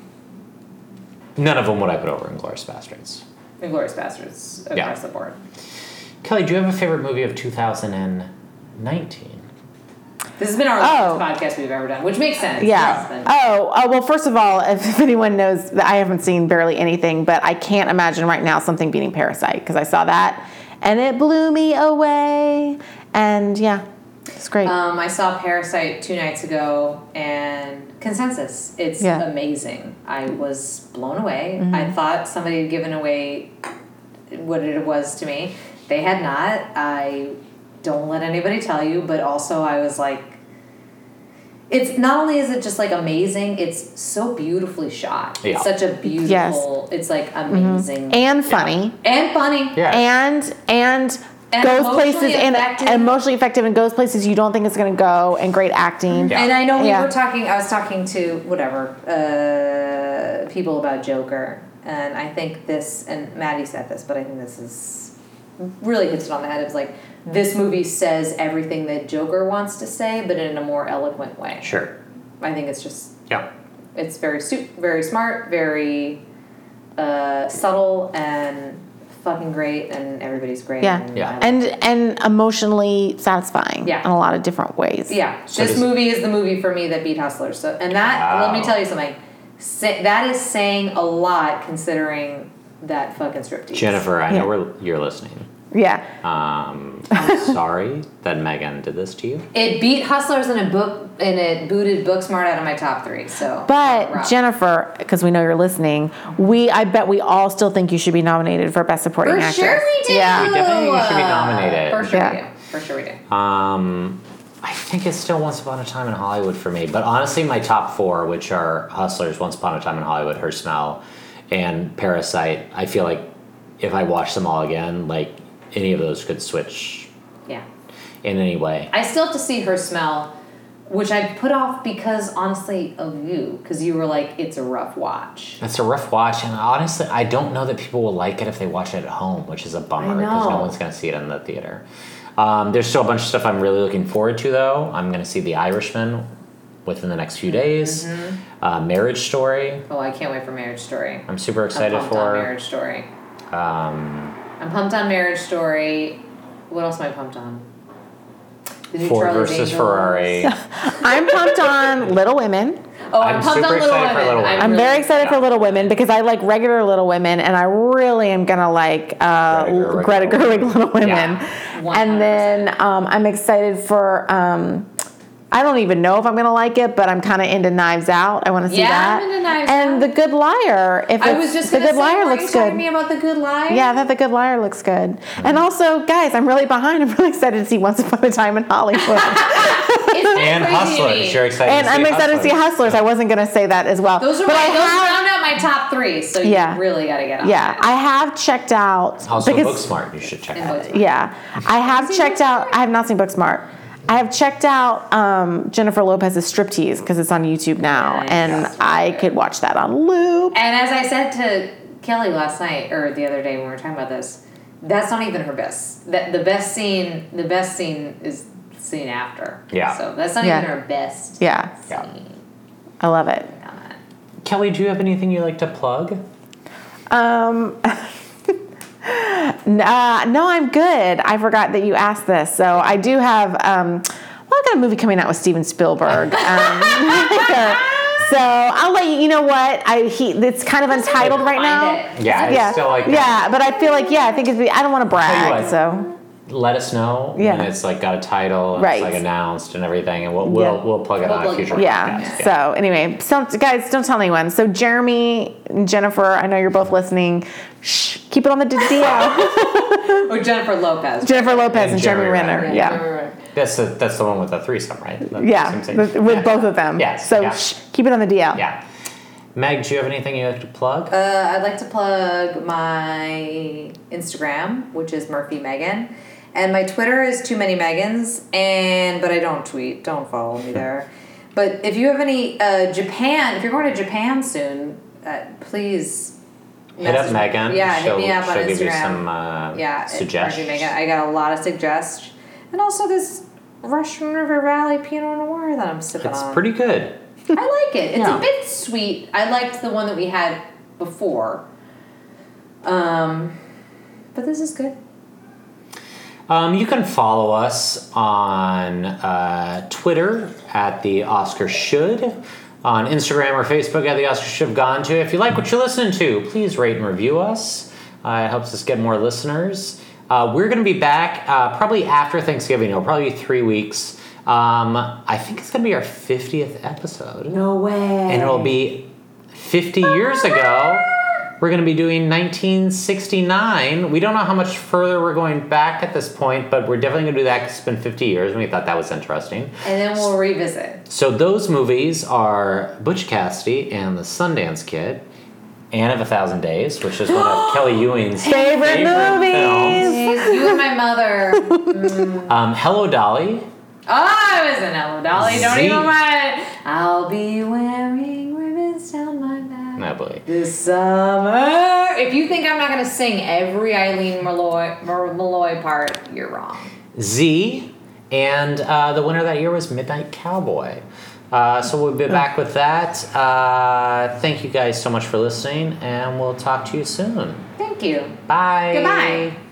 Speaker 7: none of them would I put over in Glorious Bastards.
Speaker 6: Inglourious Bastards across
Speaker 7: Yeah.
Speaker 6: the board.
Speaker 7: Kelly, do you have a favorite movie of 2019?
Speaker 6: This has been our
Speaker 5: Oh.
Speaker 6: longest podcast we've ever done, which makes sense. Yes,
Speaker 5: Yeah.
Speaker 6: then.
Speaker 5: Oh, oh, well, first of all, if, if anyone knows, that I haven't seen barely anything, but I can't imagine right now something beating Parasite because I saw that and it blew me away. And yeah, it's great.
Speaker 6: Um, I saw Parasite two nights ago, and consensus. It's
Speaker 5: Yeah. Mm-hmm.
Speaker 6: amazing. I was blown away. I thought somebody had given away what it was to me. They had not. I don't let anybody tell you, but also I was like, it's not only is it just like amazing, it's so beautifully shot.
Speaker 7: Yeah.
Speaker 6: It's such a beautiful, it's like amazing
Speaker 5: Mm-hmm. and funny.
Speaker 6: and funny.
Speaker 7: Yeah.
Speaker 5: And, and,
Speaker 6: And
Speaker 5: goes
Speaker 6: emotionally
Speaker 5: places and
Speaker 6: effective.
Speaker 5: emotionally effective and goes places you don't think it's going to go and great acting.
Speaker 7: Yeah.
Speaker 6: And I know we
Speaker 5: Yeah.
Speaker 6: were talking. I was talking to whatever uh, people about Joker, and I think this and Maddie said this, but I think this is really hits it on the head. It's like this movie says everything that Joker wants to say, but in a more eloquent way.
Speaker 7: Sure.
Speaker 6: I think it's just
Speaker 7: Yeah.
Speaker 6: it's very su- very smart, very uh, subtle, and fucking great, and everybody's great.
Speaker 5: Yeah.
Speaker 6: and
Speaker 7: Yeah.
Speaker 6: I love
Speaker 5: And, and emotionally satisfying
Speaker 6: Yeah.
Speaker 5: in a lot of different ways.
Speaker 6: Yeah,
Speaker 7: So
Speaker 6: this
Speaker 7: does-
Speaker 6: movie is the movie for me that beat Hustler. So, and that let
Speaker 7: Wow.
Speaker 6: me tell you something. Say, that is saying a lot considering that fucking striptease.
Speaker 7: Jennifer, I know
Speaker 5: Yeah.
Speaker 7: we're, you're listening.
Speaker 5: Yeah.
Speaker 7: Um, I'm sorry that Megan did this to you.
Speaker 6: It beat Hustlers in a book, and it booted Booksmart out of my top three. So,
Speaker 5: But
Speaker 6: rough.
Speaker 5: Jennifer, because we know you're listening, we I bet we all still think you should be nominated for best supporting
Speaker 6: for
Speaker 5: actress.
Speaker 6: sure we do.
Speaker 5: Yeah.
Speaker 7: We definitely should be nominated.
Speaker 6: For sure we
Speaker 5: Yeah.
Speaker 6: do. For sure we do.
Speaker 7: Um, I think it's still Once Upon a Time in Hollywood for me, but honestly, my top four, which are Hustlers, Once Upon a Time in Hollywood, Her Smell, and Parasite, I feel like if I watch them all again, like any of those could switch
Speaker 6: Yeah.
Speaker 7: in any way.
Speaker 6: I still have to see her smell which I put off because honestly of you, because you were like, it's a rough watch.
Speaker 7: It's a rough watch, and honestly, I don't know that people will like it if they watch it at home, which is a bummer because no
Speaker 6: know.
Speaker 7: one's going to see it in the theater. Um, there's still a bunch of stuff I'm really looking forward to, though. I'm going to see The Irishman within the next few days. Uh, Marriage Story,
Speaker 6: Oh, I can't wait for Marriage Story.
Speaker 7: I'm super excited
Speaker 6: I'm pumped on
Speaker 7: for.
Speaker 6: Marriage Story.
Speaker 7: Um,
Speaker 6: I'm pumped on Marriage Story. What else am I pumped on? The new
Speaker 7: Ford
Speaker 6: Charlie's
Speaker 7: versus
Speaker 6: Angels.
Speaker 7: Ferrari.
Speaker 5: I'm pumped on Little Women.
Speaker 6: Oh, I'm,
Speaker 7: I'm
Speaker 6: pumped
Speaker 7: super
Speaker 6: on Little
Speaker 7: excited for
Speaker 6: Women.
Speaker 7: Little Women.
Speaker 5: I'm
Speaker 6: really-
Speaker 5: very excited
Speaker 7: Yeah.
Speaker 5: for Little Women because I like regular Little Women, and I really am gonna like uh,
Speaker 7: Greta Gerwig
Speaker 5: Greta
Speaker 7: Little
Speaker 5: Gerwig
Speaker 7: Women.
Speaker 5: Little Women. And
Speaker 6: 100%.
Speaker 5: then um, I'm excited for. Um, I don't even know if I'm gonna like it, but I'm kind of into Knives Out. I want to see
Speaker 6: Yeah,
Speaker 5: that.
Speaker 6: I'm into Knives
Speaker 5: and
Speaker 6: Out.
Speaker 5: The Good Liar. If
Speaker 6: I
Speaker 5: it's-
Speaker 6: was just
Speaker 5: The
Speaker 6: gonna
Speaker 5: Good
Speaker 6: say,
Speaker 5: Liar
Speaker 6: were you
Speaker 5: looks
Speaker 6: talking
Speaker 5: good.
Speaker 6: to me about the good liar.
Speaker 5: yeah, that The Good Liar looks good. And also, guys, I'm really behind. I'm really excited to see Once Upon a Time in Hollywood.
Speaker 6: Isn't that
Speaker 7: And
Speaker 6: crazy to me?
Speaker 7: Hustlers. You're excited
Speaker 5: and
Speaker 7: to see
Speaker 5: I'm excited to see
Speaker 7: Hustlers.
Speaker 5: Hustlers. I wasn't gonna say that as well.
Speaker 6: Those are
Speaker 5: but
Speaker 6: my,
Speaker 5: I
Speaker 6: those
Speaker 5: have-
Speaker 6: round out my top three. So
Speaker 5: Yeah.
Speaker 6: you really got to get on.
Speaker 5: Yeah,
Speaker 6: that.
Speaker 5: I have checked out
Speaker 7: Also,
Speaker 5: because
Speaker 7: Booksmart, you should check
Speaker 6: And
Speaker 7: out.
Speaker 6: Booksmart.
Speaker 5: yeah, I have checked out. I have not seen Booksmart. I have checked out um, Jennifer Lopez's Striptease because it's on YouTube now,
Speaker 6: Nice.
Speaker 5: and I could watch that on loop.
Speaker 6: And as I said to Kelly last night or the other day when we were talking about this, that's not even her best. That the best scene, the best scene is the scene after.
Speaker 7: Yeah.
Speaker 6: So that's not
Speaker 5: Yeah.
Speaker 6: even her best.
Speaker 5: Yeah,
Speaker 7: Yeah.
Speaker 6: Scene
Speaker 5: I love it.
Speaker 6: on that.
Speaker 7: Kelly, do you have anything you like to plug?
Speaker 5: Um, n- uh, no, I'm good. I forgot that you asked this, so I do have. Um, well, I've got a movie coming out with Steven Spielberg. Um, so I'll let you. You know what? I he. It's kind of untitled right
Speaker 6: Find
Speaker 5: now.
Speaker 6: it.
Speaker 7: Yeah,
Speaker 5: yeah.
Speaker 7: it's still like
Speaker 5: yeah, but I feel like yeah, I think it's. I don't want to brag,
Speaker 7: what.
Speaker 5: so
Speaker 7: let us know
Speaker 5: Yeah.
Speaker 7: when it's like got a title and
Speaker 5: Right.
Speaker 7: it's like announced and everything, and we'll we'll,
Speaker 5: Yeah.
Speaker 7: we'll plug it
Speaker 6: We'll
Speaker 7: on a
Speaker 6: plug
Speaker 7: future
Speaker 6: it.
Speaker 5: yeah.
Speaker 7: podcast.
Speaker 5: So anyway, so guys, don't tell anyone. So Jeremy, and Jennifer, I know you're both listening. Shh, keep it on the d- DL.
Speaker 6: Oh, Jennifer Lopez.
Speaker 5: Jennifer Lopez and,
Speaker 7: And
Speaker 5: Jeremy,
Speaker 7: Jeremy
Speaker 5: Renner.
Speaker 7: Renner.
Speaker 5: Yeah,
Speaker 7: That's the that's the one with the threesome, right? That's
Speaker 5: yeah,
Speaker 7: the same
Speaker 5: with
Speaker 7: thing.
Speaker 5: with both of them.
Speaker 7: Yes,
Speaker 5: So
Speaker 7: yeah.
Speaker 5: shh, keep it on the DL.
Speaker 7: Yeah. Meg, do you have anything you like to plug?
Speaker 6: Uh, I'd like to plug my Instagram, which is Murphy Megan, and my Twitter is Too Many Megans. And but I don't tweet. Don't follow me there. But if you have any uh, Japan, if you're going to Japan soon, uh, please
Speaker 7: Hit up
Speaker 6: message me.
Speaker 7: Megan.
Speaker 6: Yeah,
Speaker 7: she'll,
Speaker 6: hit me up on
Speaker 7: she'll
Speaker 6: Instagram.
Speaker 7: give you some uh,
Speaker 6: yeah, it's
Speaker 7: suggestions.
Speaker 6: Murphy Megan. I got a lot of suggestions, and also this Russian River Valley Pinot Noir that I'm sipping
Speaker 7: It's
Speaker 6: on.
Speaker 7: pretty good.
Speaker 6: I like it. It's
Speaker 7: Yeah.
Speaker 6: a bit sweet. I liked the one that we had before. Um, but this is good.
Speaker 7: Um, you can follow us on uh, Twitter at the Oscar Should, on Instagram or Facebook at the Oscar Should Have Gone To. If you like what you're listening to, please rate and review us. Uh, it helps us get more listeners. Uh, we're going to be back uh, probably after Thanksgiving. It'll probably be three weeks. Um, I think it's going to be our 50th episode. No way. And it'll be 50 years ago, we're going to be doing 1969. We don't know how much further we're going back at this point, but we're definitely going to do that 'cause it's been 50 years, and we thought that was interesting.
Speaker 6: And then we'll revisit.
Speaker 7: So those movies are Butch Cassidy and The Sundance Kid, Anne of a Thousand Days, which is one of Kelly Ewing's
Speaker 5: Favorite, movies.
Speaker 7: films.
Speaker 6: Jeez, you and my mother.
Speaker 7: Um, Hello Dolly,
Speaker 6: Oh, I was an Ella Dolly. Don't
Speaker 7: Zeke.
Speaker 6: even mind. I'll be wearing ribbons down my back.
Speaker 7: oh boy.
Speaker 6: This summer. If you think I'm not going to sing every Eileen Malloy, Mer- Malloy part, you're wrong.
Speaker 7: Z, and uh, the winner that year was Midnight Cowboy. Uh, so we'll be back with that. Uh, thank you guys so much for listening, and we'll talk to you soon.
Speaker 6: Thank you.
Speaker 7: Bye.
Speaker 6: Goodbye.